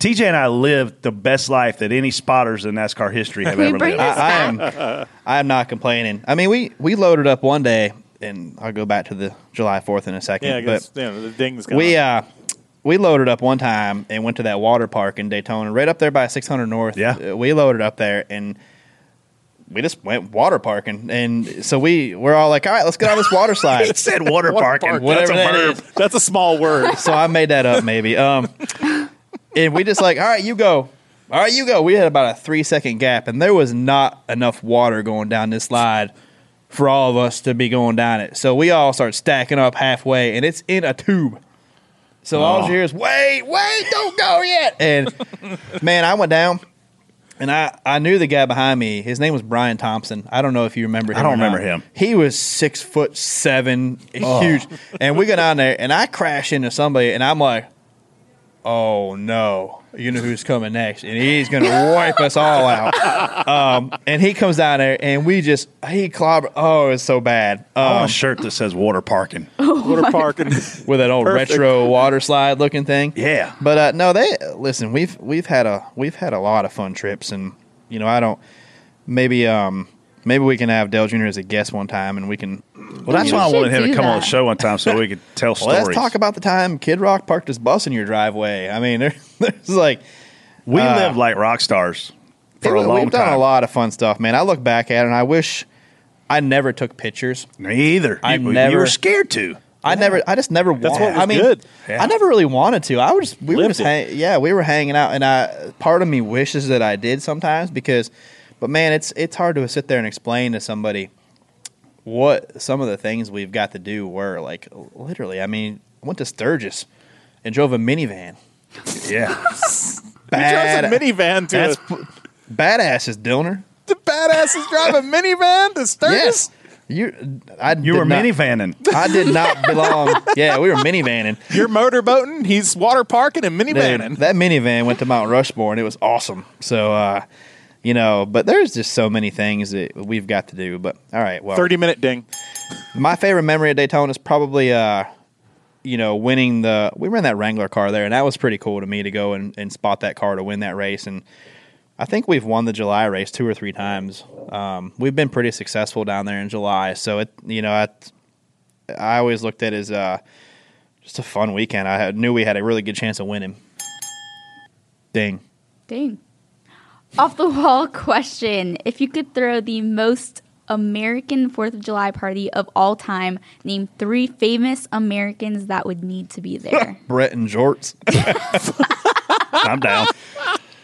S7: TJ and I lived the best life that any spotters in NASCAR history have
S3: Can
S7: ever
S3: we bring
S7: lived.
S3: this
S2: I
S3: back?
S2: am I am not complaining. I mean, we we loaded up one day, and I'll go back to the July Fourth in a second.
S6: Yeah, I
S2: but
S6: guess, you know, the ding's gone.
S2: we uh we loaded up one time and went to that water park in Daytona, right up there by 600 North.
S7: Yeah.
S2: Uh, we loaded up there and. We just went water parking, and so we we're all like, "All right, let's get on this water slide."
S7: It said water parking.
S2: whatever
S6: that's a
S2: that
S6: verb.
S2: is.
S6: That's a small word.
S2: so I made that up maybe. Um, and we just like, all right, you go. All right, you go. We had about a three second gap, and there was not enough water going down this slide for all of us to be going down it. So we all start stacking up halfway, and it's in a tube. So all you hear is wait, wait, don't go yet. And man, I went down, and I I knew the guy behind me. His name was Brian Thompson. I don't know if you remember. him
S7: I don't
S2: or not.
S7: remember him.
S2: He was six foot seven, huge. And we got on there, and I crash into somebody, and I'm like, oh no, you know who's coming next, and he's gonna wipe us all out. Um, and he comes down there, and we just he clobber. Oh, it's so bad.
S7: I
S2: Um,
S7: want a shirt that says water parking.
S6: Water parking.
S2: with that old
S6: Perfect.
S2: retro water slide looking thing.
S7: Yeah.
S2: But uh, no, they listen. We've we've had a we've had a lot of fun trips, and you know I don't maybe um maybe we can have Dell Jr. as a guest one time, and we can
S7: Well, that's
S3: We
S7: why I
S3: should
S7: wanted him to
S3: do
S7: come on the
S3: that.
S7: show one time so we could tell
S2: well,
S7: stories.
S2: let's talk about the time Kid Rock parked his bus in your driveway. I mean, there, there's like
S7: we
S2: uh,
S7: lived like rock stars for
S2: we-
S7: a long
S2: we've done
S7: time.
S2: a lot of fun stuff, man. I look back at it, and I wish I never took pictures.
S7: Me either.
S2: I
S7: you, you
S2: never-
S7: were scared to.
S2: I never, I just never. That's
S6: what was
S2: I mean,
S6: good.
S7: Yeah.
S2: I never really wanted to. I was, we were
S6: Lived
S2: just,
S6: it.
S2: hang, yeah, we were hanging out, and I, part of me wishes that I did sometimes because, but man, it's it's hard to sit there and explain to somebody what some of the things we've got to do were like. Literally, I mean, I went to Sturgis and drove a minivan.
S7: Yeah.
S2: Bad,
S6: He drives a minivan to
S2: That's
S6: a-
S2: badass is Dillner.
S6: the badasses drive a minivan to Sturgis.
S2: Yes, you. I
S7: You
S2: did
S7: were
S2: not-
S7: minivanning.
S2: I did not belong. yeah, we were minivanning.
S6: You're motorboating. He's water parking and minivaning.
S2: Dude, that minivan went to Mount Rushmore and it was awesome. So, uh, you know, but there's just so many things that we've got to do. But all right, well,
S6: Thirty minute ding.
S2: my favorite memory of Daytona is probably, uh, you know, winning the. We ran that Wrangler car there, and that was pretty cool to me to go and, and spot that car to win that race. And I think we've won the July race two or three times. Um, we've been pretty successful down there in July. So it, you know, I, I always looked at it as uh, just a fun weekend. I had- knew we had a really good chance of winning. Ding.
S3: Dang. Off the wall question. If you could throw the most American 4th of July party of all time, name three famous Americans that would need to be there.
S2: Brett and Jorts.
S7: I'm down.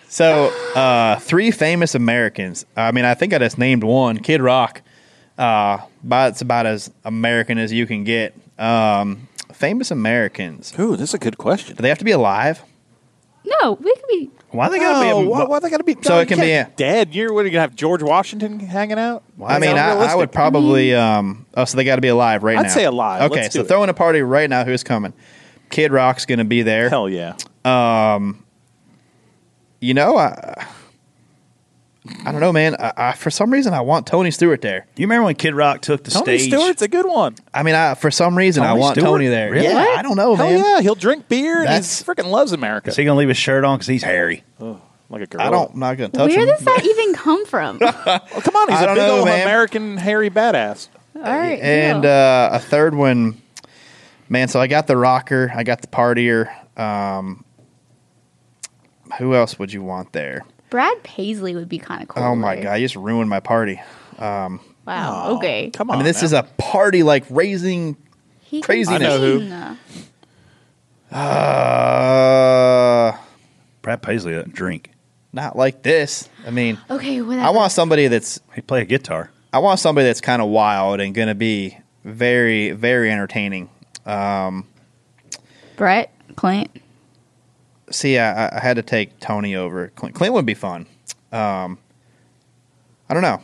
S2: So, uh, three famous Americans. I mean, I think I just named one Kid Rock. Uh, but it's about as American as you can get. Um, famous Americans.
S6: Ooh, that's a good question.
S2: Do they have to be alive?
S3: No, we could be.
S7: Why they gotta
S2: Oh,
S6: No,
S7: be?
S6: why, why they gotta be?
S2: So
S6: no,
S2: it
S6: you
S2: can be
S6: can't
S2: a-
S6: dead. You're what? Are you gonna have George Washington hanging out?
S2: I mean, I, I would probably. Um, oh, so they got to be alive right
S6: I'd
S2: now.
S6: say alive.
S2: Okay,
S6: Let's
S2: so
S6: do it.
S2: throwing a party right now. Who's coming? Kid Rock's going to be there.
S6: Hell yeah.
S2: You know, I, I don't know, man. I, I, for some reason, I want Tony Stewart there.
S7: You remember when Kid Rock took the
S6: Tony
S7: stage?
S6: Stewart's a good one.
S2: I mean, I, for some reason, I
S7: Tony
S2: want
S7: Stewart?
S2: Tony there.
S7: Really?
S2: Yeah,
S7: What?
S2: I don't know,
S6: Hell
S2: Oh, man.
S6: yeah, he'll drink beer. and
S2: That's-
S6: He freaking loves America.
S7: Is he gonna leave his shirt on because he's hairy?
S6: like a girl.
S2: I don't. I'm not gonna touch
S3: Where
S2: him.
S3: does that even come from? All
S6: Oh, come on, he's
S2: I
S6: a
S2: don't
S6: big
S2: know,
S6: old
S2: man.
S6: American hairy badass.
S3: right.
S2: and
S3: yeah.
S2: uh, a third one, man. So I got the rocker. I got the partier. Um, who else would you want there?
S3: Brad Paisley would be kind of cool.
S2: Oh my
S3: right?
S2: god, you just ruined my party.
S3: Wow. Okay.
S6: Come
S2: I
S6: on.
S2: mean, this
S6: now.
S2: is a party like raising.
S3: He can
S2: Craziness. I know
S6: who.
S3: sing. Uh,
S2: Uh,
S7: Brad Paisley doesn't drink.
S2: not like this. I mean,
S3: Okay. Whatever.
S2: I want somebody that's
S7: He played a guitar.
S2: I want somebody that's kind of wild and going to be very very entertaining.
S3: Brett Clint.
S2: see, I, I- I had to take Tony over Clint. Clint would be fun. Um, I don't know.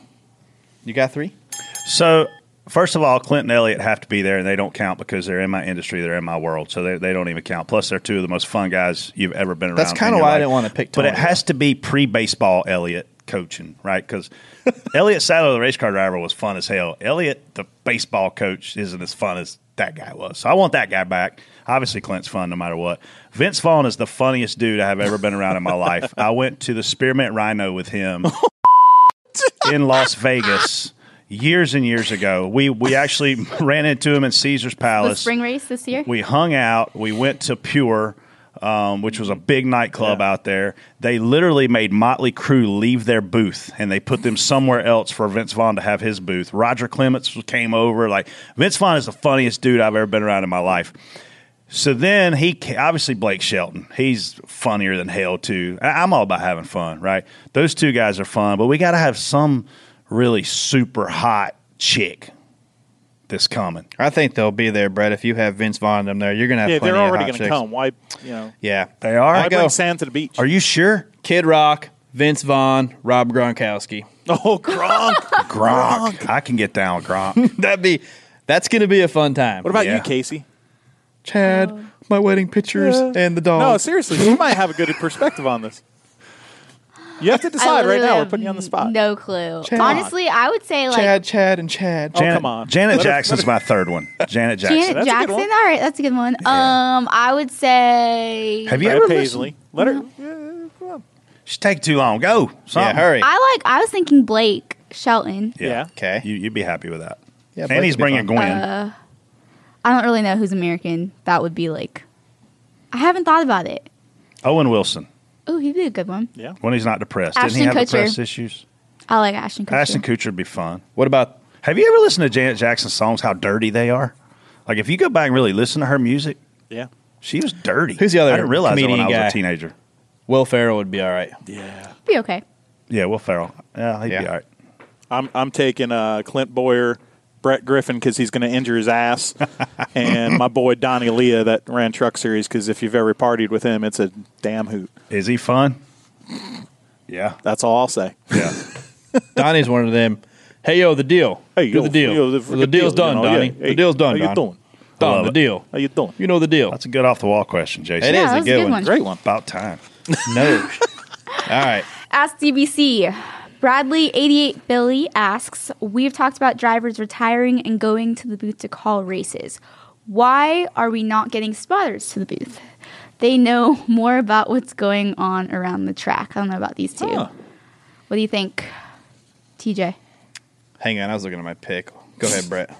S2: You got three?
S7: So, first of all, Clint and Elliott have to be there, and they don't count because they're in my industry, they're in my world, so they, they don't even count. Plus, they're two of the most fun guys you've ever been around.
S2: That's kinda
S7: in your
S2: why I
S7: life.
S2: didn't wanna pick
S7: But it
S2: Tony.
S7: has to be pre baseball Elliott coaching, right? Because Elliott Sadler, the race car driver, was fun as hell. Elliott, the baseball coach, isn't as fun as that guy was. So I want that guy back. Obviously, Clint's fun no matter what. Vince Vaughn is the funniest dude I have ever been around in my life. I went to the Spearmint Rhino with him in Las Vegas years and years ago. We we actually ran into him in Caesar's
S3: The
S7: Palace.
S3: spring race this year.
S7: We hung out. We went to Pure, um, which was a big nightclub out there. They literally made Motley Crue leave their booth and they put them somewhere else for Vince Vaughn to have his booth. Roger Clements came over. Like Vince Vaughn is the funniest dude I've ever been around in my life. So then he ca- obviously Blake Shelton. He's funnier than hell too. I- I'm all about having fun, right? Those two guys are fun, but we got to have some really super hot chick that's coming.
S2: I think they'll be there, Brett. If you have Vince Vaughn and them there, you're gonna have
S6: yeah,
S2: plenty
S6: they're
S2: of
S6: already
S2: hot
S6: going to
S2: chicks.
S6: come. Why, you know,
S2: Yeah,
S7: They are?
S6: why
S2: I go.
S6: bring sand to the beach?
S7: Are you sure?
S2: Kid Rock, Vince Vaughn, Rob Gronkowski.
S6: oh, Gronk.
S7: Gronk. I can get down with Gronk.
S2: That'd be. That's gonna be a fun time.
S6: What about
S7: Yeah.
S6: you, Casey?
S2: Chad? My wedding pictures and the dog.
S6: No, seriously, you might have a good perspective on this. You have to decide right
S3: literally
S6: now. We're
S3: have
S6: putting you on the spot.
S3: No clue.
S2: Chad.
S3: Honestly, I would say like
S2: Chad, Chad, and Chad.
S6: Oh,
S7: Janet,
S6: come on.
S7: Janet
S6: Let her-
S7: Jackson's my third one. Janet Jackson.
S3: Janet
S6: That's a good
S3: Jackson.
S6: one.
S3: All right, that's a good one. Um, I would say
S7: Have you
S6: Brad
S7: ever listened?
S6: Paisley. Let her.
S7: She's take too long. Go.
S2: yeah,
S7: Something.
S2: hurry.
S3: I like. I was thinking Blake Shelton.
S6: Yeah.
S2: Okay.
S7: You, you'd be happy with that.
S2: Yeah, Blake
S7: and he's
S2: would be
S7: bringing
S2: fun.
S7: Gwen.
S3: I don't really know who's American. That would be like. I haven't thought about it.
S7: Owen Wilson.
S3: Oh, he'd be a good one.
S7: When he's not depressed. Didn't he
S3: Ashton
S7: have
S3: Kutcher.
S7: depressed issues?
S3: I like Ashton Kutcher.
S7: Ashton Kutcher would be fun.
S2: What about
S7: Have you ever listened to Janet Jackson's songs, how dirty they are? Like, if you go back and really listen to her music,
S6: Yeah.
S7: she was dirty.
S2: Who's the other
S7: I didn't realize that when I was
S2: comedian guy?
S7: a teenager.
S2: Will Ferrell? Would be all right.
S6: Yeah.
S3: be okay.
S7: Yeah, Will Ferrell. Yeah, he'd be
S2: Yeah.
S7: all right.
S6: I'm I'm taking uh, Clint Boyer, Brett Griffin because he's going to injure his ass, and my boy Donnie Leah that ran Truck Series because if you've ever partied with him, it's a damn hoot.
S7: Is he fun? Yeah.
S6: That's all I'll say.
S7: Yeah.
S2: Donnie's one of them. Hey yo, the deal.
S6: Hey,
S2: do
S6: yo,
S2: the deal.
S6: yo, the
S2: the
S6: freaking
S2: deal's
S6: deal,
S2: done,
S6: you know,
S2: Donnie.
S6: yeah. Hey,
S2: the deal's done.
S6: how you
S2: Don.
S6: doing?
S2: Don,
S7: love
S2: the
S7: it.
S2: deal.
S6: How you doing?
S2: You know the deal.
S7: That's a good off the wall question, Jason.
S2: It is
S3: Yeah, that
S2: a
S3: was
S2: good one.
S6: Great one.
S7: About time.
S2: no. all right.
S3: Ask DBC. Bradley eighty eight Billy asks, We've talked about drivers retiring and going to the booth to call races. Why are we not getting spotters to the booth? They know more about what's going on around the track. I don't know about these two.
S6: Huh.
S3: What do you think, TJ?
S2: Hang on. I was looking at my pick. Go ahead, Brett.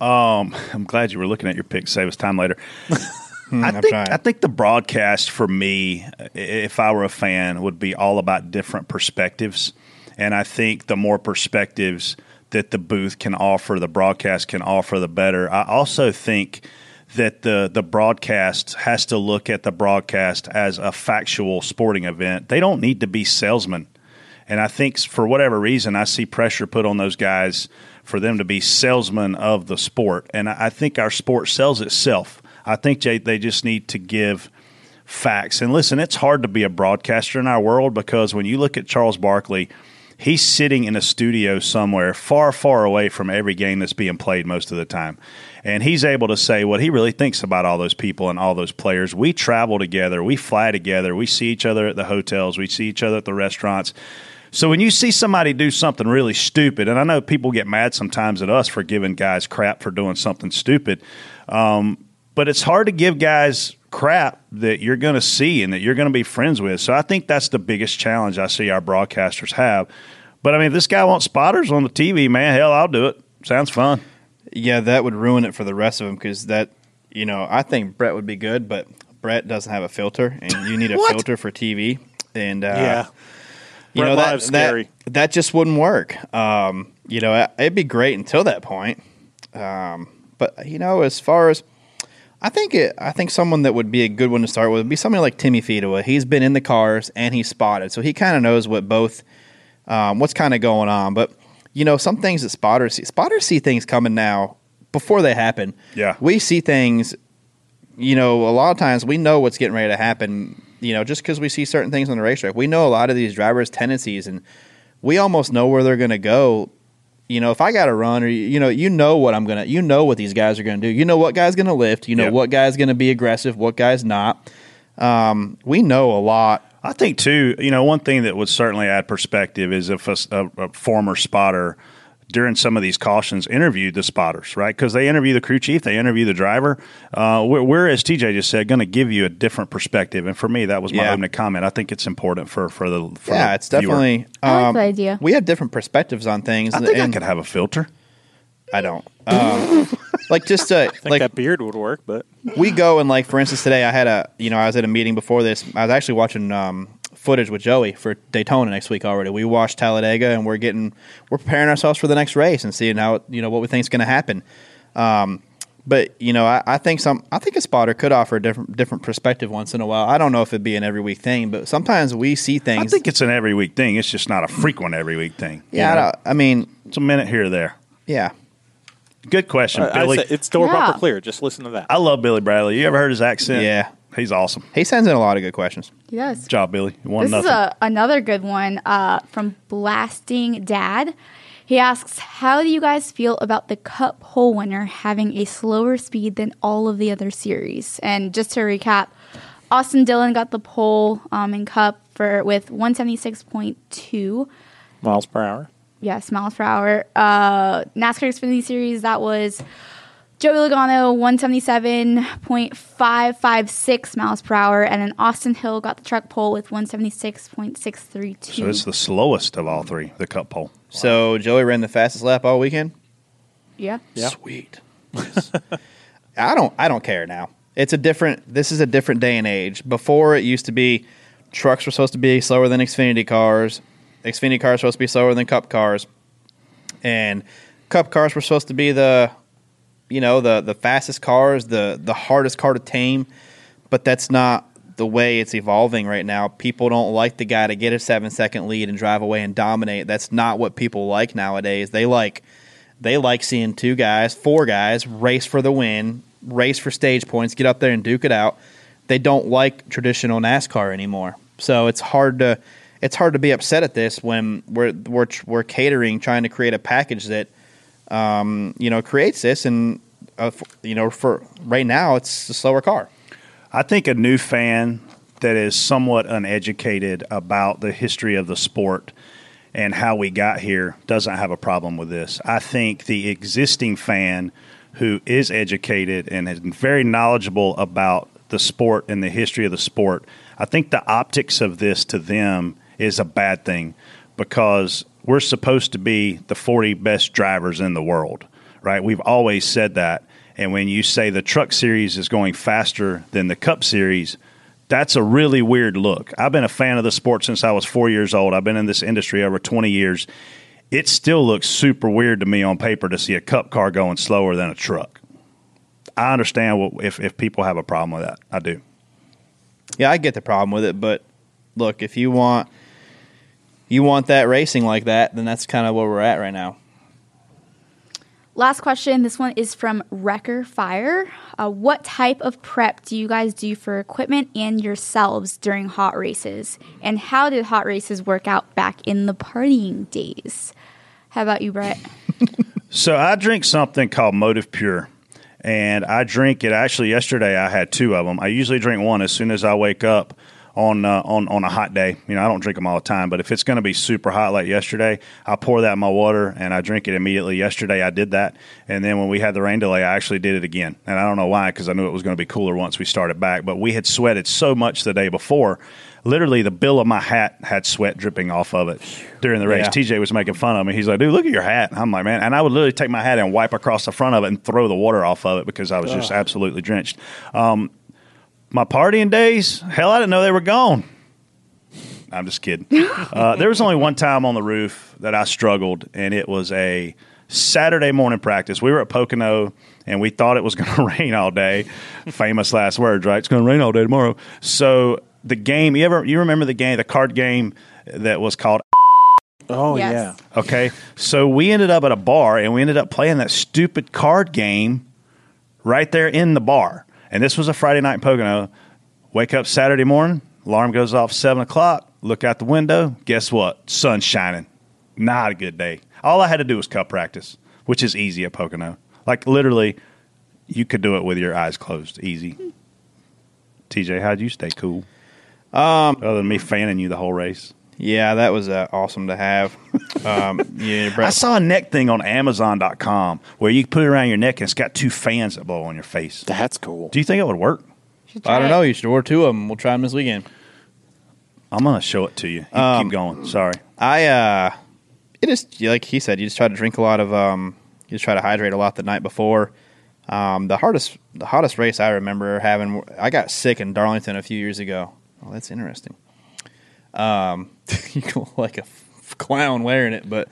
S7: I'm glad you were looking at your pick. Save us time later. Hmm, I
S2: I'm
S7: think
S2: trying.
S7: I think the broadcast for me, i- if I were a fan, would be all about different perspectives, and I think the more perspectives that the booth can offer, the broadcast can offer, the better. I also think that the the broadcast has to look at the broadcast as a factual sporting event. They don't need to be salesmen. And I think s- for whatever reason, I see pressure put on those guys for them to be salesmen of the sport. And I I think our sport sells itself. I think Jay, they just need to give facts. And listen, it's hard to be a broadcaster in our world because when you look at Charles Barkley, he's sitting in a studio somewhere far, far away from every game that's being played most of the time. And he's able to say what he really thinks about all those people and all those players. We travel together, we fly together, we see each other at the hotels, we see each other at the restaurants. So when you see somebody do something really stupid, and I know people get mad sometimes at us for giving guys crap for doing something stupid, but it's hard to give guys crap that you're going to see and that you're going to be friends with. So I think that's the biggest challenge I see our broadcasters have. But I mean, if this guy wants spotters on the TV, man, hell, I'll do it. Sounds fun.
S2: Yeah, that would ruin it for the rest of them because that, you know, I think Brett would be good, but Brett doesn't have a filter, and you need a
S6: What?
S2: filter for TV. And uh,
S6: yeah.
S2: you
S6: Brett
S2: know that,
S6: Live's
S2: that-
S6: scary.
S2: That, just wouldn't work. Um, you know, it- it'd be great until that point. Um, but you know, as far as I think, it, I think someone that would be a good one to start with would be somebody like Timmy Fedewa. He's been in the cars and he's spotted, so he kind of knows what both um, what's kind of going on. But you know, some things that spotters see, spotters see things coming now before they happen.
S7: Yeah.
S2: we see things. You know, a lot of times we know what's getting ready to happen. You know, just because we see certain things on the racetrack, we know a lot of these drivers' tendencies, and we almost know where they're going to go. You know, if I got to run, or you know, you know what I'm gonna, you know what these guys are gonna do. You know what guy's gonna lift. You know
S7: Yep.
S2: what guy's gonna be aggressive. What guy's not. Um, we know a lot
S7: I think too. You know, one thing that would certainly add perspective is if a, s- a- a former spotter during some of these cautions interviewed the spotters, right? Because they interview the crew chief, they interview the driver. Uh, we're, we're, as TJ just said, going to give you a different perspective. And for me, that was my
S2: Yeah.
S7: opening comment. I think it's important for for the for
S2: yeah,
S7: the
S2: it's
S7: viewer.
S2: definitely.
S3: I like
S2: um,
S3: the idea.
S2: We have different perspectives on things.
S7: I think I
S2: and
S7: could have a filter.
S2: I don't. Um, like just to,
S6: I think
S2: like
S6: that beard would work, but
S2: we go and like for instance today I had a you know I was at a meeting before this I was actually watching um, footage with Joey for Daytona next week already. We watched Talladega and we're getting we're preparing ourselves for the next race and seeing how you know what we think's going to happen. Um, But you know, I, I think some I think a spotter could offer a different different perspective once in a while. I don't know if it'd be an every week thing, but sometimes we see
S7: I
S2: things.
S7: think it's an every week thing. It's just not a frequent every week thing. you
S2: yeah, I,
S7: know?
S2: don't- I mean,
S7: it's a minute here or there.
S2: yeah,
S7: Good question,
S6: I- Uh, I'd
S7: Billy.
S6: say it's door
S3: Yeah.
S6: bumper clear. Just listen to that.
S7: I love Billy Bradley. You ever heard his accent?
S2: Yeah.
S7: he's awesome.
S2: he sends in a lot of good questions.
S3: Yes.
S7: Good job, Billy. You won
S3: This
S7: nothing.
S3: is a, another good one uh, from Blasting Dad. He asks, "How do you guys feel about the Cup hole winner having a slower speed than all of the other series?" And just to recap, Austin Dillon got the pole um, in Cup for with one seventy six point two.
S6: Miles per hour.
S3: Yes, miles per hour. Uh, NASCAR Xfinity Series, that was Joey Logano, 177.556 miles per hour. And then Austin Hill got the truck pole with 176.632.
S7: so it's the slowest of all three. The cup pole.
S2: So Joey ran the fastest lap all weekend.
S3: yeah.
S6: Yeah.
S2: Sweet. I don't I don't care now. It's a different this is a different day and age. Before it used to be trucks were supposed to be slower than Xfinity cars. Xfinity cars were supposed to be slower than cup cars. And cup cars were supposed to be the you know, the the fastest cars, the the hardest car to tame, but that's not the way it's evolving right now. People don't like the guy to get a 7-second lead and drive away and dominate. That's not what people like nowadays. They like they like seeing two guys, four guys race for the win, race for stage points, get up there and duke it out. They don't like traditional NASCAR anymore. So it's hard to it's hard to be upset at this when we're we're we're catering trying to create a package that um, you know creates this and uh, f- you know for right now it's a slower car.
S7: I think a new fan that is somewhat uneducated about the history of the sport and how we got here doesn't have a problem with this. I think the existing fan who is educated and is very knowledgeable about the sport and the history of the sport, I think the optics of this to them is a bad thing because we're supposed to be the 40 best drivers in the world, right? We've always said that. And when you say the truck series is going faster than the cup series, that's a really weird look. I've been a fan of the sport since I was four years old. I've been in this industry over 20 years. It still looks super weird to me on paper to see a cup car going slower than a truck. I understand what, if, if people have a problem with that. I do.
S2: Yeah, I get the problem with it, but look, if you want you want that racing like that, then that's kind of where we're at right now.
S3: Last question. This one is from Wrecker Fire. Uh, what type of prep do you guys do for equipment and yourselves during hot races? And how did hot races work out back in the partying days? How about you, Brett?
S7: So I drink something called Motive Pure, and I drink it. Actually, yesterday I had two of them. I usually drink one as soon as I wake up on uh, on on a hot day. You know, I don't drink them all the time, but if it's going to be super hot like yesterday, I pour that in my water and I drink it immediately. Yesterday I did that, and then when we had the rain delay, I actually did it again. And I don't know why, because I knew it was going to be cooler once we started back. But we had sweated so much the day before. Literally, the bill of my hat had sweat dripping off of it during the race.
S2: Yeah.
S7: TJ was making fun of me. He's like, dude, look at your hat. I'm like, man. And I would literally take my hat and wipe across the front of it and throw the water off of it because I was just absolutely drenched. Um, my partying days, hell, I didn't know they were gone. I'm just kidding. uh, there was only one time on the roof that I struggled, and it was a Saturday morning practice. We were at Pocono, and we thought it was going to rain all day. Famous last words, right? It's going to rain all day tomorrow. So the game, you ever you remember the game, the card game that was called
S6: Oh
S3: Yes.
S6: yeah.
S7: Okay. So we ended up at a bar and we ended up playing that stupid card game right there in the bar. And this was a Friday night in Pocono. Wake up Saturday morning, alarm goes off seven o'clock, look out the window, guess what? Sun's shining. Not a good day. All I had to do was cup practice, which is easy at Pocono. Like literally, you could do it with your eyes closed. Easy. TJ, how'd you stay cool? Um, Other than me fanning you the whole race.
S2: Yeah, that was uh, awesome to have. Um, yeah,
S7: I
S2: Brett,
S7: saw a neck thing on Amazon.com where you put it around your neck and it's got two fans that blow on your face.
S6: That's cool.
S7: Do you think it would work?
S2: I don't know. You should order two of them. We'll try them this weekend.
S7: I'm gonna show it to you. You keep going. Sorry.
S2: I uh, it is like he said. You just try to drink a lot of um, you just try to hydrate a lot the night before. Um, the hardest, the hottest race I remember having. I got sick in Darlington a few years ago. Oh, that's interesting. Um, you go like a f- clown wearing it, but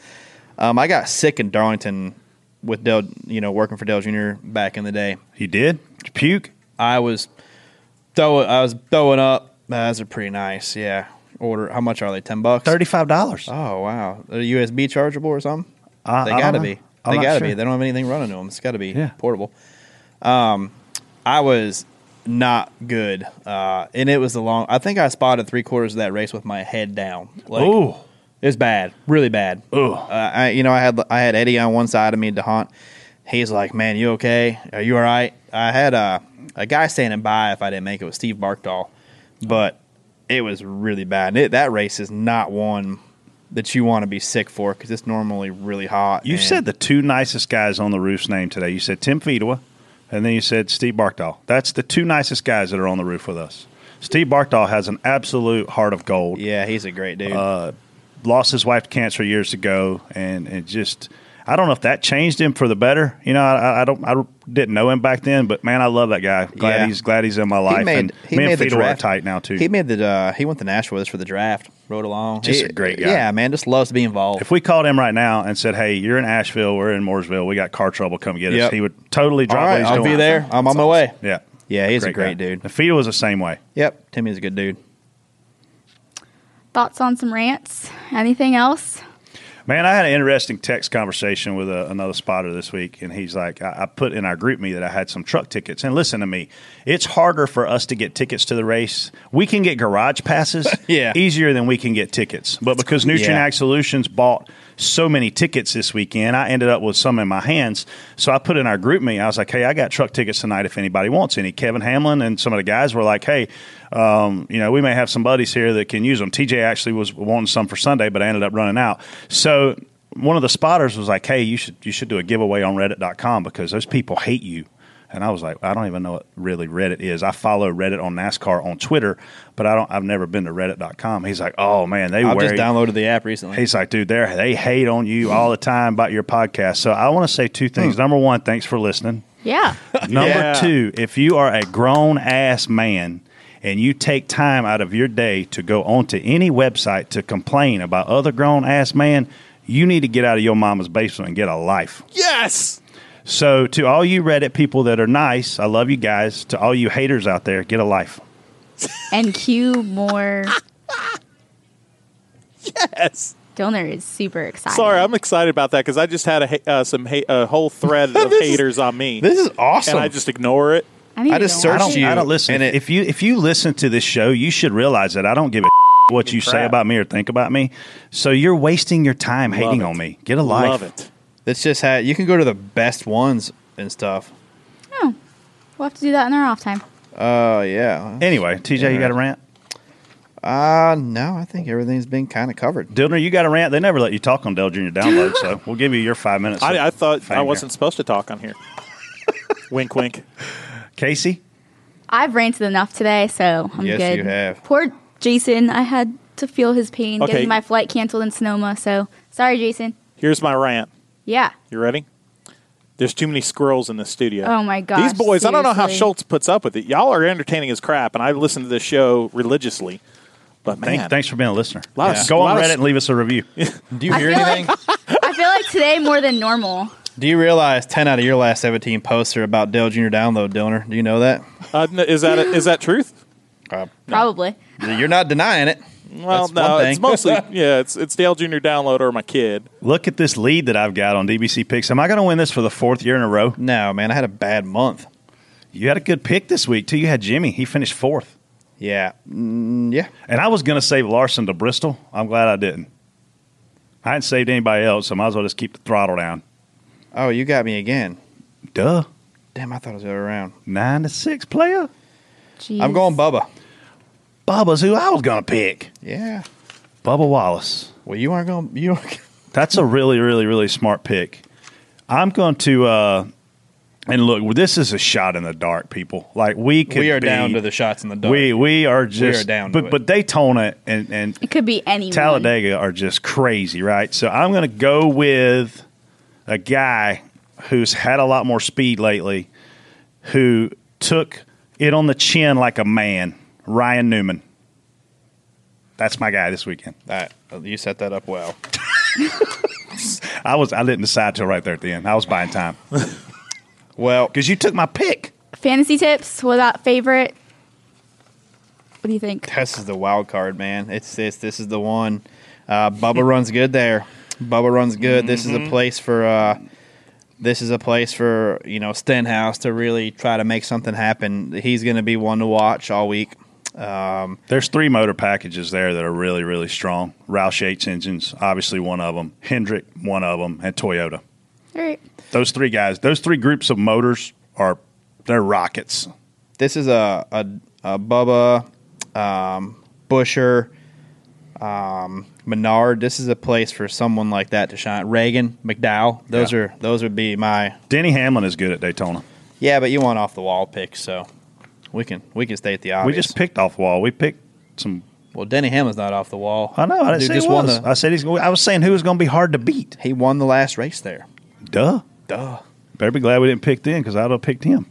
S2: um, I got sick in Darlington with Dell, you know, working for Dell Jr. back in the day.
S7: You did? Did you puke?
S2: I was throwing, I was throwing up. Uh, Those are pretty nice. Yeah. Order. How much are they? Ten bucks.
S7: Thirty-five dollars.
S2: Oh wow. A USB chargeable or something?
S7: I-
S2: they
S7: I don't
S2: gotta
S7: know.
S2: be.
S7: I'm
S2: they
S7: not
S2: gotta
S7: sure.
S2: be. They don't have anything running to them. It's gotta be
S7: Yeah.
S2: portable. Um, I was not good, uh, and it was a long. I think I spotted three quarters of that race with my head down. Like,
S7: Ooh.
S2: it's bad, really bad.
S7: Ugh.
S2: Uh, I, you know, I had I had Eddie on one side of me, DeHunt. He's like, "Man, you okay? Are you all right?" I had a a guy standing by if I didn't make it with Steve Barkdahl, but it was really bad. And it, that race is not one that you want to be sick for because it's normally really hot.
S7: You
S2: and-
S7: said the two nicest guys on the roof's name today. You said Tim Fedewa, and then you said Steve Barkdahl. That's the two nicest guys that are on the roof with us. Steve Barkdahl has an absolute heart of gold.
S2: yeah, he's a great dude.
S7: uh, Lost his wife to cancer years ago, and it just. I don't know if that changed him for the better. You know, I, I don't. I didn't know him back then, but man, I love that guy. Glad
S2: Yeah.
S7: he's glad he's in my life. and me and Fedewa are tight now too.
S2: He made the uh, he went to Nashville with us for the draft. Rode along.
S7: Just
S2: He-
S7: a great guy.
S2: Yeah, man, just loves to be involved.
S7: if we called him right now and said, "Hey, you're in Asheville, we're in Mooresville, we got car trouble, come get us,"
S2: Yep.
S7: he would totally
S2: All
S7: drop what
S2: right,
S7: he's
S2: I'll
S7: doing.
S2: be there. I'm on my way.
S7: Yeah.
S2: Yeah, he's a
S7: guy.
S2: great dude.
S7: The feeder was the same way.
S2: Yep, Timmy's a good dude.
S3: Thoughts on some rants? Anything else?
S7: Man, I had an interesting text conversation with a, another spotter this week, and he's like, I, I put in our group me that I had some truck tickets. And listen to me, it's harder for us to get tickets to the race. We can get garage passes
S2: Yeah.
S7: easier than we can get tickets. But because Nutrient
S2: Yeah.
S7: Ag Solutions bought so many tickets this weekend, I ended up with some in my hands. So I put in our group me, I was like, hey, I got truck tickets tonight if anybody wants any. Kevin Hamlin and some of the guys were like, hey, um, you know, we may have some buddies here that can use them. TJ actually was wanting some for Sunday, but I ended up running out. So one of the spotters was like, hey, you should you should do a giveaway on Reddit.com because those people hate you. And I was like, I don't even know what really Reddit is. I follow Reddit on NASCAR on Twitter, but I don't. I've never been to Reddit.com. He's like, oh man, they
S2: I've
S7: wear
S2: just
S7: you."
S2: downloaded the app recently.
S7: He's like, dude, they they hate on you all the time about your podcast. So I want to say two
S2: Hmm.
S7: things. Number one, thanks for listening.
S3: Yeah.
S7: Number
S6: Yeah.
S7: two, if you are a grown ass man and you take time out of your day to go onto any website to complain about other grown ass man, you need to get out of your mama's basement and get a life.
S6: Yes.
S7: So to all you Reddit people that are nice, I love you guys. To all you haters out there, get a life.
S3: and cue more.
S6: Yes.
S3: Donor is super excited.
S6: Sorry, I'm excited about that because I just had a ha- uh, some ha- a whole thread of
S2: This is-
S6: haters on me,
S2: This is
S6: and
S2: awesome.
S6: I just ignore it.
S3: need
S2: I
S3: to
S2: just
S3: go
S2: searched
S3: on.
S7: I don't,
S2: you.
S7: I don't listen.
S2: and it-
S7: if you if you listen to this show, you should realize that I don't give a what you say
S6: crap.
S7: about me or think about me. So you're wasting your time hating
S6: it.
S7: on me. Get a life.
S6: Love it.
S2: That's just how you can go to the best ones and stuff.
S3: Oh, we'll have to do that in our off time.
S2: Oh yeah.
S7: Anyway, TJ, you got a rant.
S2: Uh no, I think everything's been kind of covered.
S7: Dildner, you got a rant. They never let you talk on Dell Junior Download, so we'll give you your five minutes. of
S6: I, I thought
S7: fame
S6: I
S7: here.
S6: wasn't supposed to talk on here. wink, wink.
S7: Casey.
S3: I've ranted enough today, so I'm
S2: Yes,
S3: good.
S2: you have.
S3: Poor Jason. I had to feel his pain
S6: Okay.
S3: getting my flight canceled in Sonoma. So sorry, Jason.
S6: Here's my rant.
S3: Yeah.
S6: You ready? There's too many squirrels in the studio.
S3: Oh my gosh,
S6: These boys, I don't know how
S3: seriously.
S6: Schultz puts up with it. Y'all are entertaining as crap, and I listen to this show religiously. But man,
S7: Thank, thanks for being a listener.
S6: Lot of-
S7: Yeah. Go on
S6: lot of-
S7: Reddit and leave us a review.
S2: Do you
S3: I
S2: hear
S3: feel
S2: anything?
S3: I feel like today more than normal.
S2: Do you realize ten out of your last seventeen posts are about Dell Junior Download Donor? Do you know that?
S6: Uh, n- is that is that truth?
S3: Probably.
S2: You're not denying it.
S6: Well,
S2: That's
S6: no,
S2: one thing.
S6: it's mostly yeah, it's it's Dale Junior download or my kid.
S7: Look at this lead that I've got on DBC picks. Am I going to win this for the fourth year in a row?
S2: No, man, I had a bad month.
S7: You had a good pick this week too. You had Jimmy. He finished fourth.
S2: Yeah, mm, yeah.
S7: And I was going to save Larson to Bristol. I'm glad I didn't. I hadn't saved anybody else, so might as well just keep the throttle down.
S2: Oh, you got me again.
S7: Duh.
S2: Damn, I thought it was the other round.
S7: Nine to six player.
S3: Jeez.
S2: I'm going Bubba.
S7: Bubba's who I was going to pick.
S2: Yeah.
S7: Bubba Wallace.
S2: Well, you aren't going. You aren't.
S7: That's a really, really, really smart pick. I'm going to, uh, and look, this is a shot in the dark, people. Like we could
S2: we are
S7: be-
S2: down to the shots in the dark.
S7: We we are just
S2: down to
S7: but
S2: it.
S7: but Daytona and and
S3: It could be anyone.
S7: Talladega are just crazy, right? So I'm going to go with a guy who's had a lot more speed lately, who took it on the chin like a man, Ryan Newman. That's my guy this weekend.
S2: All right, you set that up well.
S7: I was. I didn't decide till right there at the end. I was buying time
S2: Well,
S7: because you took my pick.
S3: Fantasy tips without favorite. What do you think?
S2: this is the wild card, man. It's this. This is the one. Uh, Bubba runs good there. Bubba runs good. This is a place for. Uh, this is a place for you know Stenhouse to really try to make something happen. He's going to be one to watch all week.
S7: There's three motor packages there that are really, really strong. Roush Yates engines, obviously one of them. Hendrick, one of them, and Toyota.
S3: All right.
S7: Those three guys, those three groups of motors are they're rockets.
S2: This is a a, a Bubba, um, Busher, um, Menard. This is a place for someone like that to shine. Reagan, McDowell. Those
S7: Yeah.
S2: are those would be my
S7: Denny Hamlin is good at Daytona.
S2: Yeah, but you want off the wall picks, so we can we can state the obvious.
S7: We just picked off wall. We picked some.
S2: well, Denny Hamlin's not off the wall.
S7: I know. I didn't
S2: Dude
S7: say
S2: just
S7: it
S2: won
S7: was.
S2: the-
S7: I said he's. gonna- I was saying who was going to be hard to beat.
S2: he won the last race there.
S7: Duh.
S2: Duh.
S7: Better be glad we didn't pick then because I'd have picked him.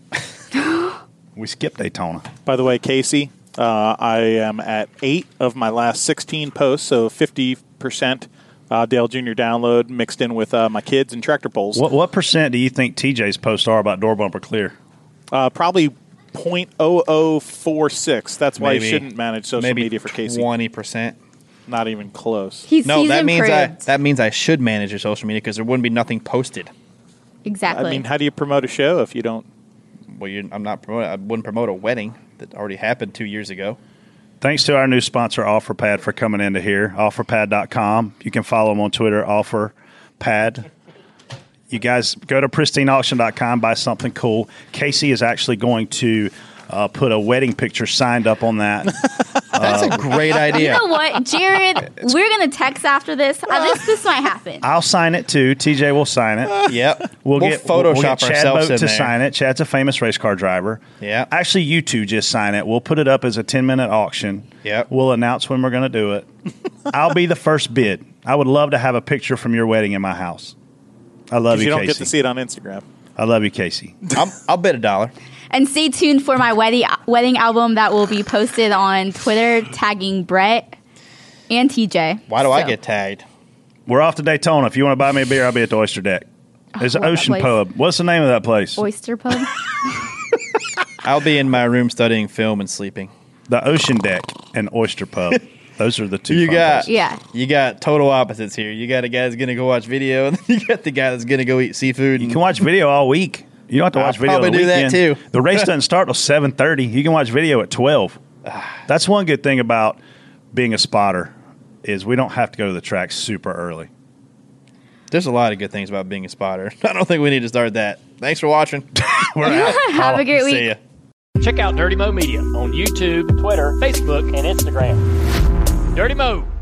S7: we skipped Daytona.
S6: By the way, Casey, uh, I am at eight of my last 16 posts, so 50% uh, Dale Jr. download mixed in with uh, my kids and tractor polls.
S7: What what percent do you think TJ's posts are about door bumper clear?
S6: Uh, probably 0.0046. That's why
S2: Maybe-
S6: you shouldn't manage social
S2: Maybe
S6: media for Casey.
S2: Twenty percent.
S6: Not even close.
S3: He's,
S2: No,
S3: he's
S2: that means
S3: improved.
S2: I that means I should manage your social media because there wouldn't be nothing posted.
S3: exactly.
S6: I mean, how do you promote a show if you don't?
S2: Well, you, I'm not. Promoting, I wouldn't promote a wedding that already happened two years ago.
S7: Thanks to our new sponsor, OfferPad, for coming into here. OfferPad.com. You can follow them on Twitter, OfferPad. You guys go to pristineauction.com, buy something cool. Casey is actually going to uh, put a wedding picture signed up on that.
S2: That's a Uh, great
S3: you
S2: idea.
S3: know what, Jared? we're gonna text after this. Uh, this this might happen.
S7: I'll sign it too. TJ will sign it.
S2: yep.
S7: We'll,
S2: We'll
S7: get
S2: Photoshop
S7: we'll get Chad
S2: ourselves
S7: Boat
S2: in
S7: to
S2: there.
S7: sign it. Chad's a famous race car driver.
S2: Yeah.
S7: Actually, you two just sign it. We'll put it up as a ten minute auction.
S2: Yeah.
S7: We'll announce when we're going to do it. I'll be the first bid. I would love to have a picture from your wedding in my house. I love
S6: 'cause
S7: you,
S6: you don't
S7: Casey.
S6: get to see it on Instagram.
S7: I love you, Casey.
S2: I'm, I'll bet a dollar.
S3: And stay tuned for my wedding wedding album that will be posted on Twitter, tagging Brett and TJ.
S2: Why do I
S3: So,
S2: get tagged?
S7: We're off to Daytona. If you want to buy me a beer, I'll be at the Oyster Deck. There's an
S3: Oh, love that
S7: ocean
S3: place.
S7: pub. What's the name of that place?
S3: Oyster Pub?
S2: I'll be in my room studying film and sleeping.
S7: The Ocean Deck and Oyster Pub. Those are the two.
S2: You
S7: fun
S2: got
S7: places.
S3: Yeah.
S2: You got total opposites here. You got a guy that's gonna go watch video, and then you got the guy that's gonna go eat seafood.
S7: You can watch video all week. You don't have to
S2: I'll
S7: watch video.
S2: probably
S7: the
S2: do that
S7: weekend.
S2: too.
S7: The race doesn't start till seven thirty. You can watch video at twelve.
S2: Ah.
S7: That's one good thing about being a spotter is we don't have to go to the track super early.
S2: There's a lot of good things about being a spotter. I don't think we need to start that. Thanks for watching.
S7: We're out.
S3: Have a great week.
S2: See ya.
S8: Check out Dirty Mo Media on YouTube, Twitter, Facebook, and Instagram. Dirty Mo